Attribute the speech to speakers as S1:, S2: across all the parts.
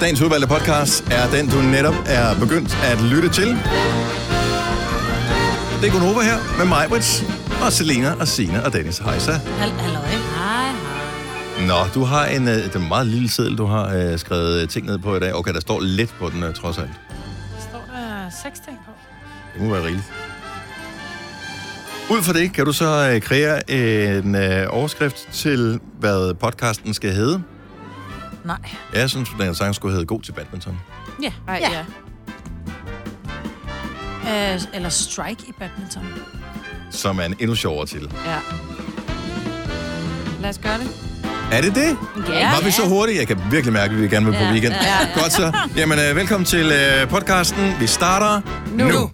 S1: dagens udvalgte podcast er den, du netop er begyndt at lytte til. Det er Gunova her med mig, Brits, og Selena og Sina og Dennis. Hej så.
S2: Halløj. Hej,
S1: Nå, du har en, øh, det er en meget lille seddel, du har øh, skrevet øh, ting ned på i dag. Okay, der står lidt på den, øh, trods alt.
S2: Står der seks ting på?
S1: Det må være rigeligt. Ud fra det kan du så øh, kreere en øh, overskrift til, hvad podcasten skal hedde.
S2: Nej.
S1: Jeg synes, den sang skulle hedde God til badminton.
S2: Ja. Ej, ja. Øh, eller strike i badminton.
S1: Som er en endnu sjovere til.
S3: Ja. Lad os gøre det.
S1: Er det det?
S3: Ja.
S1: Var vi så hurtige? Jeg kan virkelig mærke, at vi gerne vil på
S3: Ja,
S1: weekend.
S3: ja, ja.
S1: Godt så. Jamen, øh, velkommen til øh, podcasten. Vi starter nu. nu.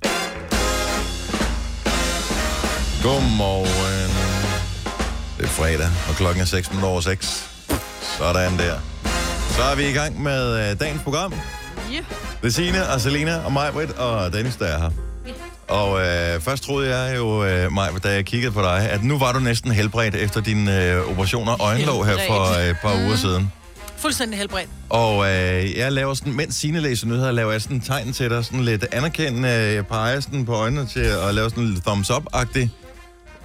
S1: Godmorgen. Det er fredag, og klokken er 6 over 6. Sådan der. Så er vi i gang med øh, dagens program.
S3: Yeah.
S1: Det er Signe og Selena og mig, Britt og Dennis, der er her. Og øh, først troede jeg jo, øh, Maj, da jeg kiggede på dig, at nu var du næsten helbredt efter dine øh, operationer af øjenlåg her for øh, et par uger siden.
S2: Fuldstændig helbredt.
S1: Og øh, jeg laver sådan, mens Signe læser nyheder, laver jeg sådan en tegn til dig, sådan lidt anerkendende, jeg peger sådan på øjnene til at lave sådan lidt thumbs up-agtig,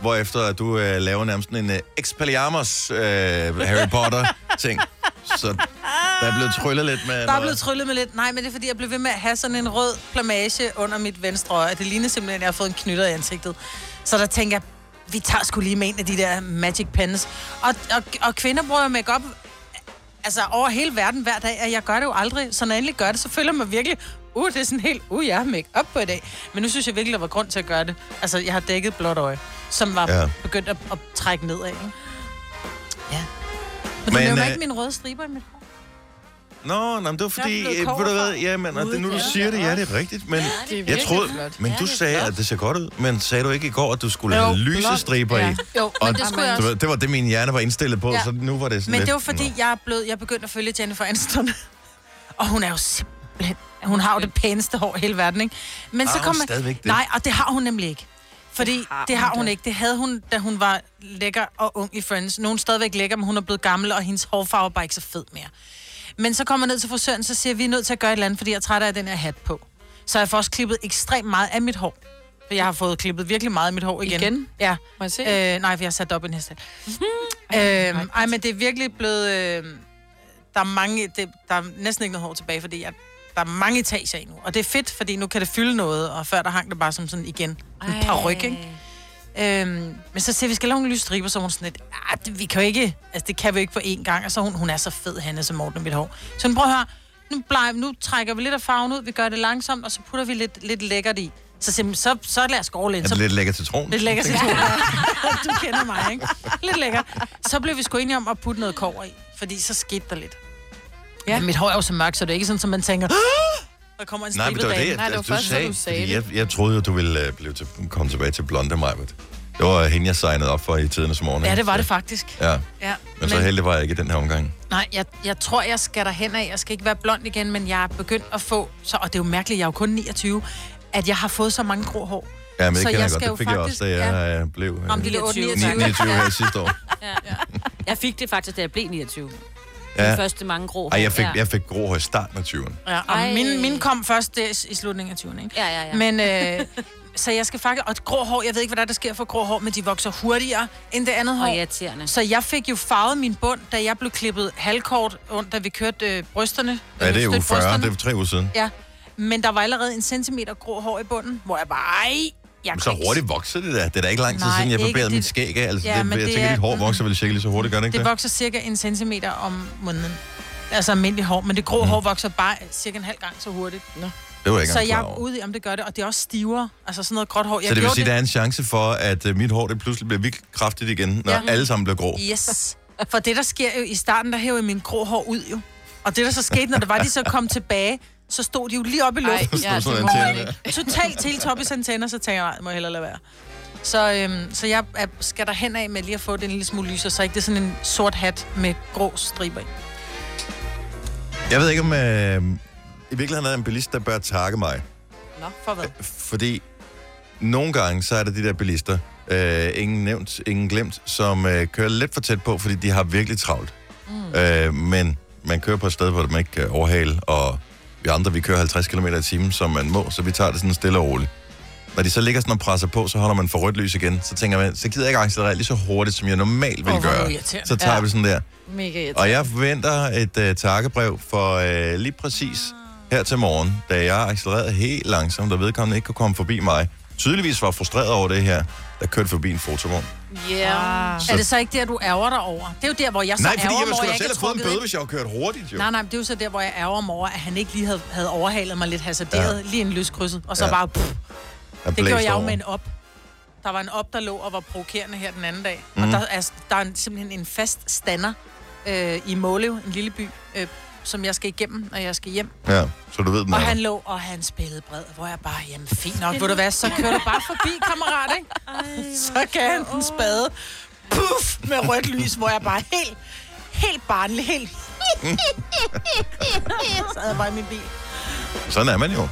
S1: hvorefter at du øh, laver nærmest sådan en øh, Expelliarmus øh, Harry Potter-ting. Så der er blevet tryllet lidt med
S2: Der er
S1: noget.
S2: blevet tryllet med lidt. Nej, men det er fordi, jeg blev ved med at have sådan en rød plamage under mit venstre øje. Det ligner simpelthen, at jeg har fået en knytter i ansigtet. Så der tænker jeg, vi tager sgu lige med en af de der magic pens. Og, og, og kvinder bruger jo make-up altså, over hele verden hver dag, og jeg gør det jo aldrig. Så når jeg endelig gør det, så føler jeg mig virkelig, uh, det er sådan helt, uh, jeg har make-up på i dag. Men nu synes jeg virkelig, der var grund til at gøre det. Altså, jeg har dækket blåt øje, som var
S1: Ja.
S2: ja. begyndt at, at trække nedad. Ikke? Ja. Men,
S1: Men,
S2: men du nævner
S1: øh,
S2: ikke mine røde striber i mit hår.
S1: Nå, nå men det var fordi,
S2: Jeg er blevet
S1: øh, ved du
S2: kobberfar.
S1: hvad, ja, men, og det, nu du siger det, ja, det er rigtigt, men
S3: det er
S1: jeg
S3: virkelig
S1: troede,
S3: flot.
S1: men
S3: Ja,
S1: du
S3: det er
S1: sagde, at det ser godt ud, men sagde du ikke i går, at du skulle have lyse striber i?
S2: Jo,
S1: Og
S2: men det skulle jeg
S1: du
S2: også.
S1: ved, det var det, min hjerne var indstillet på,
S2: Ja.
S1: så nu var det sådan
S2: Men
S1: lidt...
S2: det var fordi, jeg er blevet, jeg er begyndt at følge Jennifer Aniston. og hun er jo simpelthen... Hun har jo det pæneste hår i hele verden, ikke? Men
S1: Har
S2: så
S1: hun
S2: kom man-
S1: stadigvæk det?
S2: Nej, og det har hun nemlig ikke. Fordi det har, det har hun, ikke. Det havde hun, da hun var lækker og ung i Friends. Nu er hun stadigvæk lækker, men hun er blevet gammel, og hendes hårfarve er bare ikke så fed mere. Men så kommer jeg ned til frisøren, så siger jeg, vi er nødt til at gøre et eller andet, fordi jeg er træt af den her hat på. Så jeg får også klippet ekstremt meget af mit hår. For jeg har fået klippet virkelig meget af mit hår igen.
S3: Igen?
S2: Ja.
S3: Må jeg se?
S2: Øh, nej, for jeg har sat det op i en hest. øhm, ej, men det er virkelig blevet... Øh, der er mange... Det, der er næsten ikke noget hår tilbage, fordi jeg, der er mange etager endnu. Og det er fedt, fordi nu kan det fylde noget, og før der hang det bare som sådan igen. En par ryg, ikke? Øhm, men så siger vi, vi skal lave nogle lyse striber, så er hun sådan lidt, "Ah, det, vi kan jo ikke, altså det kan vi jo ikke på én gang. Og så er hun, hun er så fed, Hanne, som Morten med mit hår. Så hun prøv at høre, nu, blej, nu trækker vi lidt af farven ud, vi gør det langsomt, og så putter vi lidt, lidt lækkert i. Så, simpelthen, så, så lad os gå all in.
S1: Er det
S2: Så
S1: lidt lækker til troen?
S2: Lidt lækker citron. du kender mig, ikke? Lidt lækker. Så blev vi sgu enige om at putte noget kover i, fordi så skete der lidt. Ja. Men mit hår er jo så mørkt, så det er ikke sådan, som man tænker, "Ah!" der kommer en
S1: Nej, men
S2: stribet
S1: det var det,
S2: bag.
S1: jeg,
S3: Nej, det var
S1: du
S3: først, da
S1: sagde.
S3: du sagde
S1: fordi
S3: det.
S1: jeg, jeg troede jo, du ville øh, blive til, komme tilbage til blonde mig. Det var hende, jeg signede op for i tidernes morgen.
S2: Ja,
S1: ikke?
S2: det var det
S1: Så-
S2: faktisk.
S1: Ja,
S2: Ja.
S1: men så heldig var jeg ikke i den her omgang.
S2: nej, jeg, jeg tror, jeg skal derhen af. Jeg skal ikke være blond igen, men jeg er begyndt at få... Så, og det er jo mærkeligt, jeg er jo kun 29, at jeg har fået så mange grå hår.
S1: Ja, men det
S2: Så
S1: kender jeg
S2: jeg
S1: godt.
S2: skal jo
S1: Det fik jeg også, da
S2: faktisk-
S1: jeg øh, blev øh,
S2: Om de der 29.
S1: 29 her sidste år.
S4: Jeg fik det faktisk, da jeg blev 29. Ja.
S1: Ja.
S4: Den første mange grå.
S1: Ej, jeg fik,
S4: Ja.
S1: jeg fik grå hår i starten af 20'erne.
S2: Ja,
S4: Ej.
S2: og min, min kom først der i slutningen af 20'erne, ikke?
S4: Ja, ja, ja.
S2: Men, øh, så jeg skal faktisk... Og et grå hår, jeg ved ikke, hvad der, er, der sker for grå hår, men de vokser hurtigere end det andet hår.
S4: Og irriterende.
S2: Så jeg fik jo farvet min bund, da jeg blev klippet halvkort, rundt, da vi kørte øh, brysterne.
S1: Ja, det er
S2: Støtte
S1: jo 40,
S2: brysterne.
S1: det er tre uger siden.
S2: Ja, men der var allerede en centimeter grå hår i bunden, hvor jeg bare... Ej, jeg
S1: Men
S2: kan
S1: så
S2: ikke-
S1: hurtigt vokser det der. Det er da ikke lang tid
S2: Nej,
S1: siden, jeg
S2: ikke
S1: barberede
S2: det-
S1: mit skæg af. Altså,
S2: Ja,
S1: ja, det,
S2: men
S1: jeg
S2: det
S1: tænker,
S2: er-
S1: dit hår vokser vel cirka lige så hurtigt, gør det ikke
S2: Det
S1: det?
S2: vokser cirka en centimeter om måneden. Altså almindelig hår, men det grå mm. hår vokser bare cirka en halv gang så hurtigt.
S1: Mhm. Det var jeg
S2: Så
S1: ikke
S2: jeg
S1: engang
S2: er
S1: klar over.
S2: ude i, om det gør det, og det er også stivere. Altså sådan noget gråt hår. Jeg
S1: Så det vil
S2: gjorde
S1: sige, at der er en chance for, at øh, mit hår det pludselig bliver vildt kraftigt igen, når
S2: Ja.
S1: alle sammen bliver grå.
S2: Yes. For det, der sker jo i starten, der hæver jeg min grå hår ud jo. Og det, der så skete, når det var, de så kom tilbage, så stod de jo lige oppe i
S3: Ej,
S2: luften.
S3: ja,
S1: Sådan
S3: det
S1: en
S3: må
S1: antenne
S3: man
S1: der.
S3: ikke.
S2: Totalt til Toppes antenner, så tænker jeg, nej, må jeg hellere lade være. Så, øhm, så jeg er, skal der hen af med lige at få den lille smule lyser, så ikke det er sådan en sort hat med grå striber i.
S1: Jeg ved ikke, om øh, i virkeligheden er der en bilist, der bør takke mig.
S2: Nå, for
S1: Øh,
S2: hvad?
S1: Fordi nogle gange, så er der de der bilister, øh, ingen nævnt, ingen glemt, som øh, kører lidt for tæt på, fordi de har virkelig travlt. Mm. Øh, men man kører på et sted, hvor man ikke kan overhale, og vi andre, vi kører 50 km i timen, som man må, så vi tager det sådan stille og roligt. Når de så ligger sådan og presser på, så holder man for rødt lys igen. Så tænker man, så gider jeg ikke accelerere lige så hurtigt, som jeg normalt ville
S2: Åh, hvor er du
S1: gøre.
S2: irriterende.
S1: Så tager
S2: Ja.
S1: vi sådan der.
S3: Mega irriterende.
S1: Og jeg forventer et øh, takkebrev for øh, lige præcis her til morgen, da jeg accelererede helt langsomt, og vedkommende ikke kunne komme forbi mig. Tydeligvis var frustreret over det her, der kørte forbi en fotovogn.
S3: Yeah.
S2: Er det så ikke der, du ærger dig over? Det er jo der, hvor jeg så
S1: Ah. Nej, fordi
S2: ærger mig
S1: jeg ville
S2: over,
S1: sgu
S2: at
S1: da
S2: jeg
S1: selv
S2: ikke er
S1: have fået en
S2: trukket
S1: bøde,
S2: ind.
S1: hvis jeg havde kørt hurtigt, jo.
S2: Nej, nej, men det er jo så der, hvor jeg ærger mig over, at han ikke lige havde, havde overhalet mig lidt hasarderet, ja. lige en lyskrydset, og så
S1: Ja.
S2: ja. bare... Pff,
S1: Jeg
S2: det gjorde
S1: blæste
S2: jeg jo
S1: over.
S2: med en op. Der var en op, der lå og var provokerende her den anden dag. Mm.
S1: Mhm.
S2: Og der er, der er en, simpelthen en fast stander øh, i Målev, en lille by, øh, som jeg skal igennem, når jeg skal hjem.
S1: Ja, så du ved den
S2: Og
S1: er der.
S2: han lå, og han spillede bred, hvor jeg bare, jamen fint nok, ved du hvad, så kører du bare forbi, kammerat, ikke? Så gav han den spade, puff, med rødt lys, hvor jeg bare helt, helt barnlig, helt... så havde jeg bare i min bil.
S1: Sådan er man jo.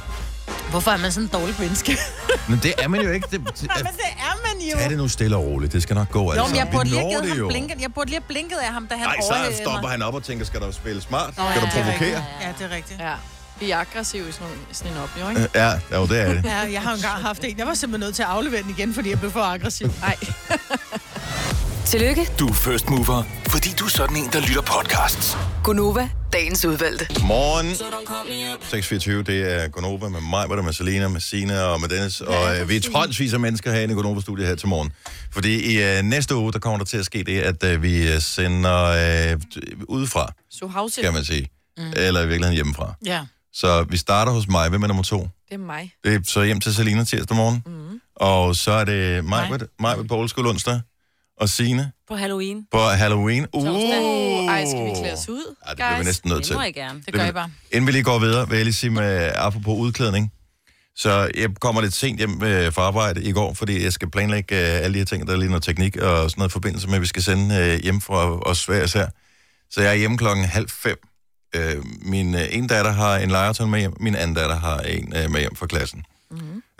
S2: Hvorfor er man sådan en dårlig menneske?
S1: Men det er man jo ikke. Det, det,
S2: Men det er man jo.
S1: er det nu stille og roligt. Det skal nok gå, altså.
S2: Jo, men jeg
S1: Vi
S2: burde lige
S1: når
S2: have givet
S1: det
S2: ham
S1: jo.
S2: blinket. Jeg burde lige have blinket af ham, da han
S1: Nej, så
S2: overhældede
S1: stopper
S2: mig.
S1: han op og tænker, skal du spille smart?
S3: Nå,
S1: Skal du
S3: ja,
S2: Det er rigtigt.
S1: provokere?
S2: Ja, det er rigtigt.
S3: Ja. Vi er aggressive i sådan nogle- sådan en oplever, ikke?
S1: Øh, Ja, ja jo, det er det.
S2: Ja, jeg har jo engang haft en. Jeg var simpelthen nødt til at aflevere den igen, fordi jeg blev for aggressiv.
S3: Nej.
S5: Tillykke,
S6: Du er first mover, fordi du er sådan en, der lytter podcasts.
S5: Gunova, dagens udvalgte.
S1: Morgen. 6.24, det er Gonova med mig, hvor der med Selena, med Sina og med Dennis. Og øh, vi er tonsvis af mennesker herinde i Gonova-studiet her til morgen. Fordi i øh, næste uge, der kommer der til at ske det, at øh, vi øh, sender øh, udefra,
S3: So house
S1: kan man sige. Mm. Eller i virkeligheden hjemmefra.
S2: Ja.
S1: Så vi starter hos mig. Hvem er nummer to?
S3: Det er mig.
S1: Det er så hjem til Selina tirsdag morgen. Mm. Og så er det Majbert, Majbert på Olskole onsdag. Og Sine
S4: På Halloween.
S1: på Halloween. Uh,
S3: Uh, ej, skal vi klæde os ud,
S1: Ej, det bliver vi
S3: guys?
S1: næsten nødt
S4: Det
S1: til.
S4: må jeg gerne.
S2: Det gør jeg bare.
S1: Inden vi lige går videre, vil jeg lige sige med, apropos udklædning. Så jeg kommer lidt sent hjem øh, fra arbejde i går, fordi jeg skal planlægge øh, alle de her ting, der er lige noget teknik og sådan noget i forbindelse med, at vi skal sende øh, hjem fra os hver især. Så jeg er hjemme klokken halv fem. Øh, min øh, ene datter har en legetøj med hjem, min anden datter har en øh, med hjem fra klassen.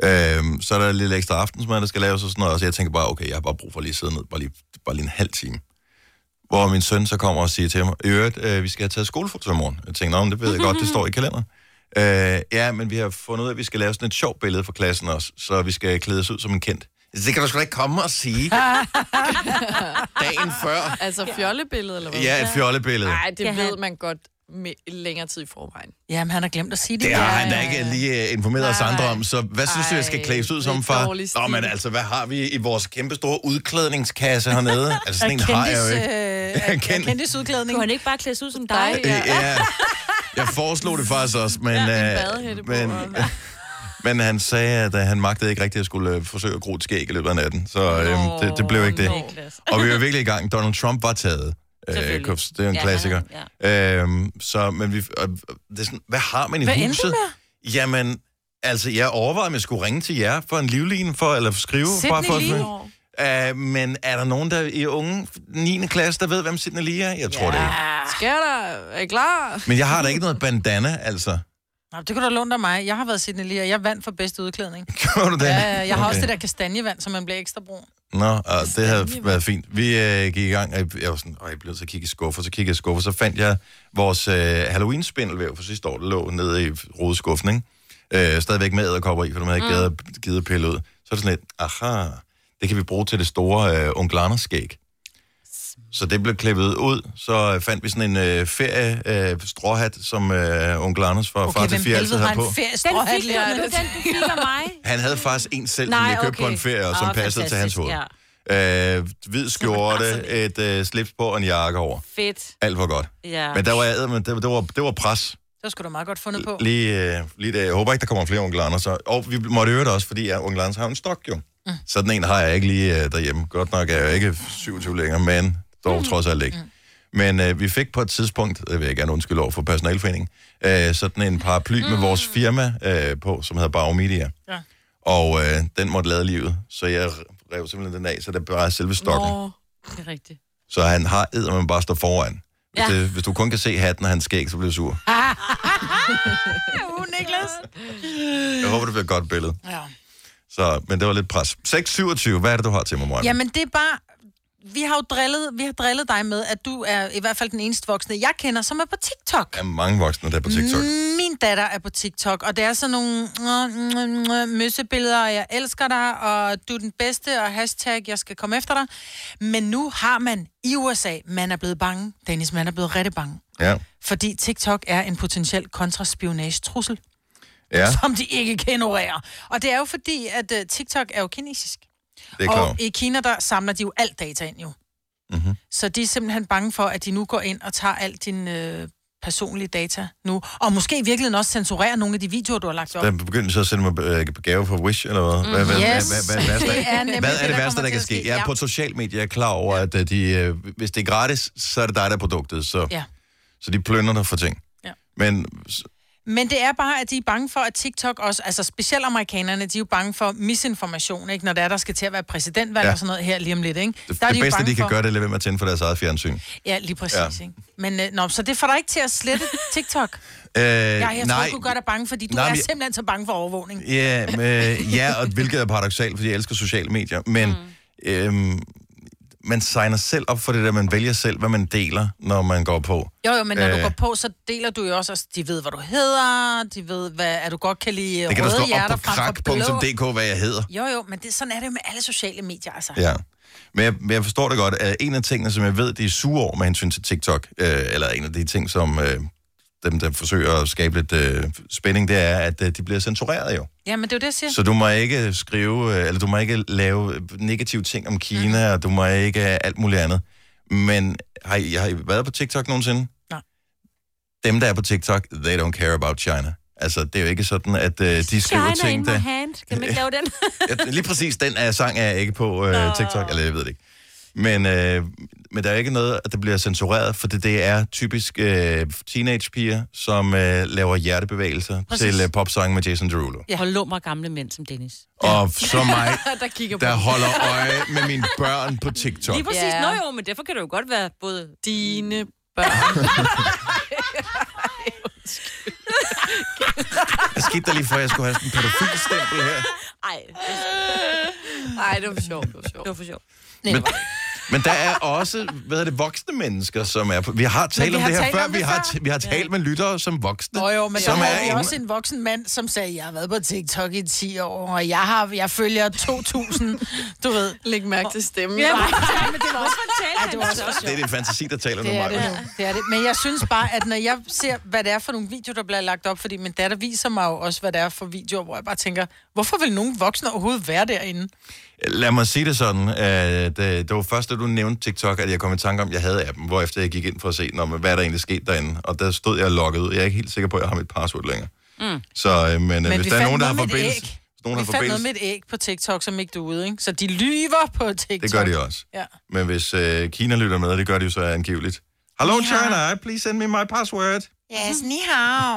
S1: Øhm, så er der lidt ekstra aftensmad, der skal laves og sådan noget. Og så jeg tænker bare, okay, jeg har bare brug for lige at sidde ned, bare lige, bare lige en halv time. Hvor min søn så kommer og siger til mig, i øvrigt, øh, vi skal have taget skolefoto i morgen. Jeg tænker, nå, men det ved jeg godt, det står i kalenderen. Øh, ja, men vi har fundet ud af, at vi skal lave sådan et sjovt billede for klassen også, så vi skal klæde os ud som en kendt. Det kan du sgu da ikke komme og sige. Dagen før.
S3: Altså fjollebillede, eller hvad?
S1: Ja, et fjollebillede.
S3: Nej, det
S4: Skal
S3: ved
S4: han-
S3: man godt med længere tid i forvejen.
S2: Jamen, han har glemt at sige det.
S1: Det har
S2: Ja.
S1: han da ikke lige øh, informeret os
S3: Nej.
S1: andre om, så hvad synes du, jeg skal
S3: Ej,
S1: klædes ud
S3: lidt
S1: som, far?
S3: dårlig stil.
S1: Nå, men altså, hvad har vi i vores kæmpe store udklædningskasse hernede? Altså, sådan en har jeg
S2: Kendis,
S1: jo
S2: øh,
S1: ikke.
S2: er- er
S1: Kendis.
S2: kendis udklædning.
S4: Kunne han ikke bare klædes ud som dig?
S3: Dig.
S1: Øh,
S3: Ja.
S1: Ja. Jeg foreslog det faktisk også, men...
S3: en
S1: øh,
S3: badehætte på,
S1: men,
S3: og-
S1: men han sagde, at øh, han magtede ikke rigtigt at skulle øh, forsøge at gro et skæg i løbet af natten, så øh, det, det blev ikke det.
S3: nå.
S1: Og vi var virkelig i gang. Donald Trump var taget. Øh,
S4: Selvfølgelig.
S1: Kofs- det er jo en
S4: Ja,
S1: klassiker. Ja. Øhm, så, men vi, og, og det er sådan, hvad har man i
S2: Hvad endte
S1: huset? Jamen, altså, jeg overvejede, om jeg skulle ringe til jer for en livline, for, eller skrive. bare for,
S2: Sidney Lee.
S1: Øh, men er der nogen der i unge 9. klasse, der ved, hvem Sidney Lee er? Jeg tror det ikke.
S3: Skal der? Er I klar?
S1: Men jeg har da ikke noget bandana, altså.
S2: Nå, det kunne du låne dig mig. Jeg har været Sidney Lee, og jeg vandt for bedste udklædning.
S1: Gjorde du det?
S2: Ja, jeg har også det der kastanjevand, som man bliver ekstra brun.
S1: Nå, og det havde været fint. Vi øh, gik i gang, og jeg- jeg var sådan, og jeg blev så kigge i skuffer, så kiggede jeg i skuffer, så fandt jeg vores øh, Halloween-spindelvæv fra sidste år, der lå nede i rodeskuffen, ikke? Øh, stadigvæk med æderkopper i, for dem havde jeg ikke mm. givet at pille ud. Så er det sådan lidt, aha, det kan vi bruge til det store øh, onkel Anders skæg. Så det blev klippet ud, så øh, fandt vi sådan en øh, ferie øh, stråhat, som øh, onkel Anders fra okay, far
S2: Okay,
S1: til
S2: hvem
S1: fire altid
S2: helvede har
S1: havde på.
S2: en ferie
S4: Den fik du,
S2: stråhat
S4: nu, den du fik af mig.
S1: Han havde faktisk en selv, som jeg købte på en ferie, og som
S4: Åh,
S1: passede til hans
S4: fantastisk,
S1: hoved.
S4: Ja.
S1: Øh, hvid skjorte, et øh, slips på og en jakke over.
S4: altså, Fedt.
S1: Alt var godt.
S4: Ja.
S1: Men der var, jeg, men det, det, var, det var pres.
S2: Det skulle du meget godt fundet på.
S1: Lige, øh, lige der. Jeg håber ikke, der kommer flere onkel Anders. så- Og vi måtte øve det også, fordi jeg, onkel Anders har en stok jo. Mm. Sådan en har jeg ikke lige øh, derhjemme. Godt nok er jeg jo ikke 27 længere, men dog mm. trods alt ikke. Mm. Men øh, vi fik på et tidspunkt, det vil jeg gerne undskylde over for personalforeningen, øh, sådan en paraply mm. med vores firma øh, på, som hedder Bauer Media.
S2: Ja.
S1: Og øh, den måtte lade livet, så jeg rev simpelthen den af, så der bare er selve stokken.
S3: Nå.
S4: Det er rigtigt.
S1: Så han har æder, man bare står foran. Hvis,
S4: Ja.
S1: det, hvis du kun kan se hatten og hans skæg, så bliver du sur.
S2: Uh, Niklas.
S1: Jeg håber, det bliver et godt billede.
S2: Ja.
S1: Så, men det var lidt pres. 6.27, hvad er det, du har til mig, Maja?
S2: Jamen, det er bare... vi har jo drillet, vi har drillet dig med, at du er i hvert fald den eneste voksne, jeg kender, som er på TikTok.
S1: Der er mange voksne, der er på TikTok. Mm.
S2: Min datter er på TikTok, og det er sådan nogle øh, øh, øh, møssebilleder, og jeg elsker dig, og du er den bedste, og hashtag, jeg skal komme efter dig. Men nu har man i USA, man er blevet bange. Dennis, man er blevet rigtig bange.
S1: Ja.
S2: Fordi TikTok er en potentiel kontraspionagetrussel,
S1: ja,
S2: som de ikke kan ignorere. Og det er jo fordi, at øh, TikTok er jo kinesisk.
S1: det er
S2: Og
S1: klart. Mhm.
S2: i Kina, der samler de jo alt data ind jo. Mm-hmm. Så de er simpelthen bange for, at de nu går ind og tager alt din øh, personlige data nu. Og måske i virkeligheden også censurerer nogle af de videoer, du har lagt op.
S1: Der begyndte så at sende mig øh, gave fra Wish, eller hvad? Hvad, hvad,
S2: Mm. Yes.
S1: hvad, hvad, hvad,
S2: Det er
S1: hvad,
S2: nemlig
S1: hvad
S2: det,
S1: er det
S2: der
S1: værste,
S2: kommer
S1: der
S2: til
S1: kan
S2: at
S1: ske?
S2: ske.
S1: Jeg er
S2: Ja.
S1: på sociale medier, jeg er klar over, at øh, de, øh, hvis det er gratis, så er det dig, der er produktet. Så,
S2: Ja.
S1: så de plønder dig for ting.
S2: Ja.
S1: Men
S2: Men det er bare, at de er bange for, at TikTok også, altså specielt amerikanerne, de er jo bange for misinformation, ikke? når der er, der skal til at være præsidentvalg
S1: Ja.
S2: ja. og sådan noget her lige om lidt. Ikke?
S1: det,
S2: der er
S1: det
S2: jo
S1: bedste,
S2: bange
S1: de kan
S2: for-
S1: gøre, det er at lade være med at tænde for deres eget fjernsyn. Øh,
S2: Ja, lige præcis.
S1: Ja.
S2: Ja. Ikke? Men, øh, nå, så det får dig ikke til at slette TikTok.
S1: Øh,
S2: Ja, jeg tror, du gør dig bange, fordi du
S1: Nej,
S2: nej, er
S1: men-
S2: simpelthen så bange for overvågning.
S1: Ja, men, øh, ja og hvilket er paradoxalt, fordi jeg elsker sociale medier, men mm. øhm, man signer selv op for det der, man vælger selv, hvad man deler, når man går på.
S2: Jo, jo, men når øh...
S1: Øh.
S2: du går på, så deler du jo også, altså, de ved, hvad du hedder, de ved, hvad, at du godt kan lide
S1: Det kan
S2: røde
S1: der stå op
S2: hjerter
S1: på
S2: frem for blå.
S1: krak.dk, hvad jeg hedder.
S2: Jo, jo, men det, sådan er det jo med alle sociale medier, altså. Ja.
S1: Ja. Men jeg, men jeg forstår det godt. at En af tingene, som jeg ved, de er sure over med hensyn til TikTok, øh, eller en af de ting, som øh, dem, der forsøger at skabe lidt øh, spænding, det er, at øh, de bliver censureret jo.
S2: men det er jo det, jeg siger.
S1: Så du må ikke skrive, øh, eller du må ikke lave negative ting om Kina, mm. og du må ikke øh, alt muligt andet. Men har I, har I været på TikTok nogensinde?
S2: Nej.
S1: Dem, der er på TikTok, they don't care about China. Altså, det er jo ikke sådan, at øh, de skriver
S4: China in
S1: ting,
S4: my
S1: der...
S4: hand. Kan man ikke lave den?
S1: Ja, lige præcis den er, sang er jeg ikke på øh, TikTok, eller jeg ved det ikke. Men, øh, men der er ikke noget, at det bliver censureret, for det, det er typisk øh, teenagepiger, som øh, laver hjertebevægelser
S2: Præcis.
S1: til øh, popsange med Jason Derulo.
S4: Ja. Hold lummer gamle mænd som Dennis.
S1: Og så mig,
S3: der kigger på
S1: der holder øje med mine børn på TikTok.
S4: Lige præcis.
S3: Ja.
S4: Ja. Nå jo, men derfor kan det jo godt være både...
S3: dine børn.
S1: Hvad skete der lige for, at jeg skulle have sådan en pædofilstempel her?
S4: Ej,
S3: Nej, det var sjovt, det var sjovt.
S4: det var for sjovt.
S1: Men, men der er også, hvad er det, voksne mennesker, som er på... Vi har talt
S2: vi
S1: om
S2: har
S1: det her
S2: talt
S1: før.
S2: om
S1: Vi
S2: det
S1: har,
S2: før.
S1: t- vi har talt med lyttere som voksne.
S2: Nå jo, men
S1: som
S2: der
S1: er
S2: havde vi
S1: inde-
S2: også en voksen mand, som sagde, jeg har været på TikTok i 10 år, og jeg, har, jeg følger 2.000, du ved.
S3: Læg mærke til stemmen.
S2: Ja,
S3: Ja.
S2: nej, men det var også, Ej, det var også,
S1: Det er din fantasi, der taler nu,
S2: det er det,
S1: Maja.
S2: nu. det er det. Men jeg synes bare, at når jeg ser, hvad det er for nogle videoer, der bliver lagt op, fordi min datter viser mig jo også, hvad det er for videoer, hvor jeg bare tænker, hvorfor vil nogen voksne overhovedet være derinde?
S4: Mm.
S1: Lad mig sige det sådan, at øh, det var først, da du nævnte TikTok, at jeg kom i tanke om, at jeg havde appen, hvorefter jeg gik ind for at se, når, hvad der egentlig skete derinde. Og der stod jeg logget ud. Jeg er ikke helt sikker på, at jeg har mit password længere. Mm. Så, øh, men, men
S2: vi
S1: hvis der er
S2: fandt
S1: nogen, der har
S2: noget med et
S1: forbindelse...
S2: æg.
S1: Hvis nogen
S2: Vi
S1: har
S2: fandt noget
S1: forbindelse,
S2: med et æg på TikTok, som ikke duede, ikke? Så de lyver på TikTok.
S1: det gør de også.
S2: Ja.
S1: Men hvis øh, Kina lytter med, og det gør de jo så angiveligt. Hello China, please send me my password.
S2: Yes, ni hao.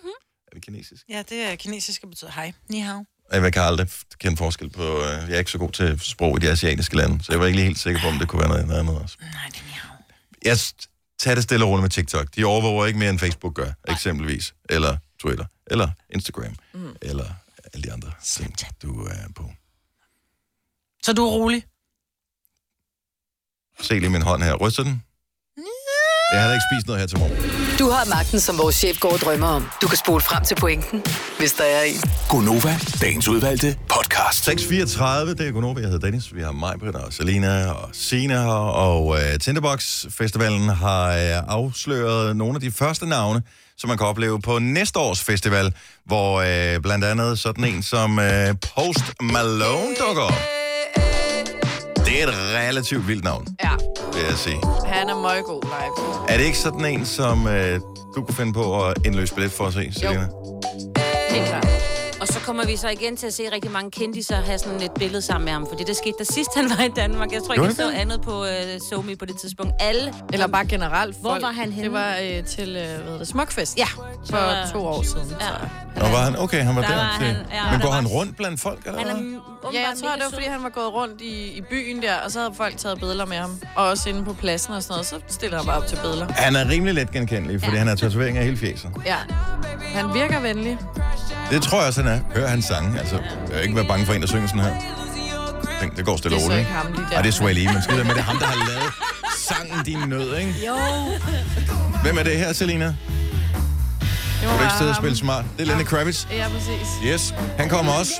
S1: Er det kinesisk?
S2: Ja, det er kinesisk, der betyder hej. Ni hao.
S1: Ej, Jeg kan aldrig kende forskel på... Øh, jeg er ikke så god til sprog i de asiatiske lande, så jeg var ikke lige helt sikker på, om det kunne være noget noget andet også.
S2: Nej, det er ni hao.
S1: jeg tager det stille og roligt med TikTok. De overvåger ikke mere, end Facebook gør, eksempelvis. Eller Twitter, eller Instagram, mm. eller alle de andre ting, du er på.
S2: Så du er rolig?
S1: Se lige min hånd her. Ryster den? Jeg havde ikke spist noget her til morgen.
S5: Du har magten, som vores chef går og drømmer om. Du kan spole frem til pointen, hvis der er en.
S6: Gonova, dagens udvalgte podcast.
S1: 6.34, det er Gunova, jeg hedder Dennis. Vi har Majbrit og Selina og Sina her, og øh, Tinderbox Festivalen har øh, afsløret nogle af de første navne, som man kan opleve på næste års festival, hvor øh, blandt andet sådan en som øh, Post Malone dukker op. Det er et relativt vildt navn,
S3: ja.
S1: vil jeg sige.
S3: Han er meget god live.
S1: Er det ikke sådan en, som øh, du kunne finde på at indløse billet for at se, Selina?
S4: Helt klart. Og så kommer vi så igen til at se rigtig mange kendtiser have sådan et billede sammen med ham. Fordi det skete, da sidst han var i Danmark. Jeg tror ikke,
S1: Gjorde
S4: jeg så
S1: det det?
S4: andet på øh, SoMe på det tidspunkt. Alle
S3: Eller bare generelt.
S4: Hvor
S3: folk.
S4: var han henne?
S3: Det var øh, til, øh, hvad hedder det, Smukfest.
S4: Ja.
S3: For to år siden, ja. tror jeg.
S1: Og var han? Okay, han var der.
S4: Der var
S1: til-
S4: han, ja,
S1: Men
S4: der
S1: går
S4: var-
S1: han rundt blandt folk, eller
S4: Han er
S1: hvad?
S4: åbenbart
S3: Ja, jeg tror,
S4: mega
S3: det var,
S4: sød.
S3: fordi han var gået rundt i, i byen der, og så havde folk taget billeder med ham. Og også inde på pladsen og sådan noget, så stiller han bare op til billeder.
S1: Han er rimelig let genkendelig, fordi ja. han har tatovering af hele fjeset.
S3: Ja. Han virker venlig.
S1: Det tror jeg også, han er. Hør hans sange. Altså, jeg vil ikke være bange for en, der synger sådan her. Tænk, det går stille og
S3: Det er så
S1: roligt.
S3: ikke ham, de der.
S1: Og det er Swae Lee, men skidt med det er ham, der har lavet sangen Din Nød, ikke?
S4: Jo.
S1: Hvem er det her, Selina?
S3: Det
S1: Må
S3: var
S1: du ikke sidde og
S3: ham.
S1: spille smart? Det er Lenny Kravitz.
S3: Ja, præcis.
S1: Yes, han kommer også.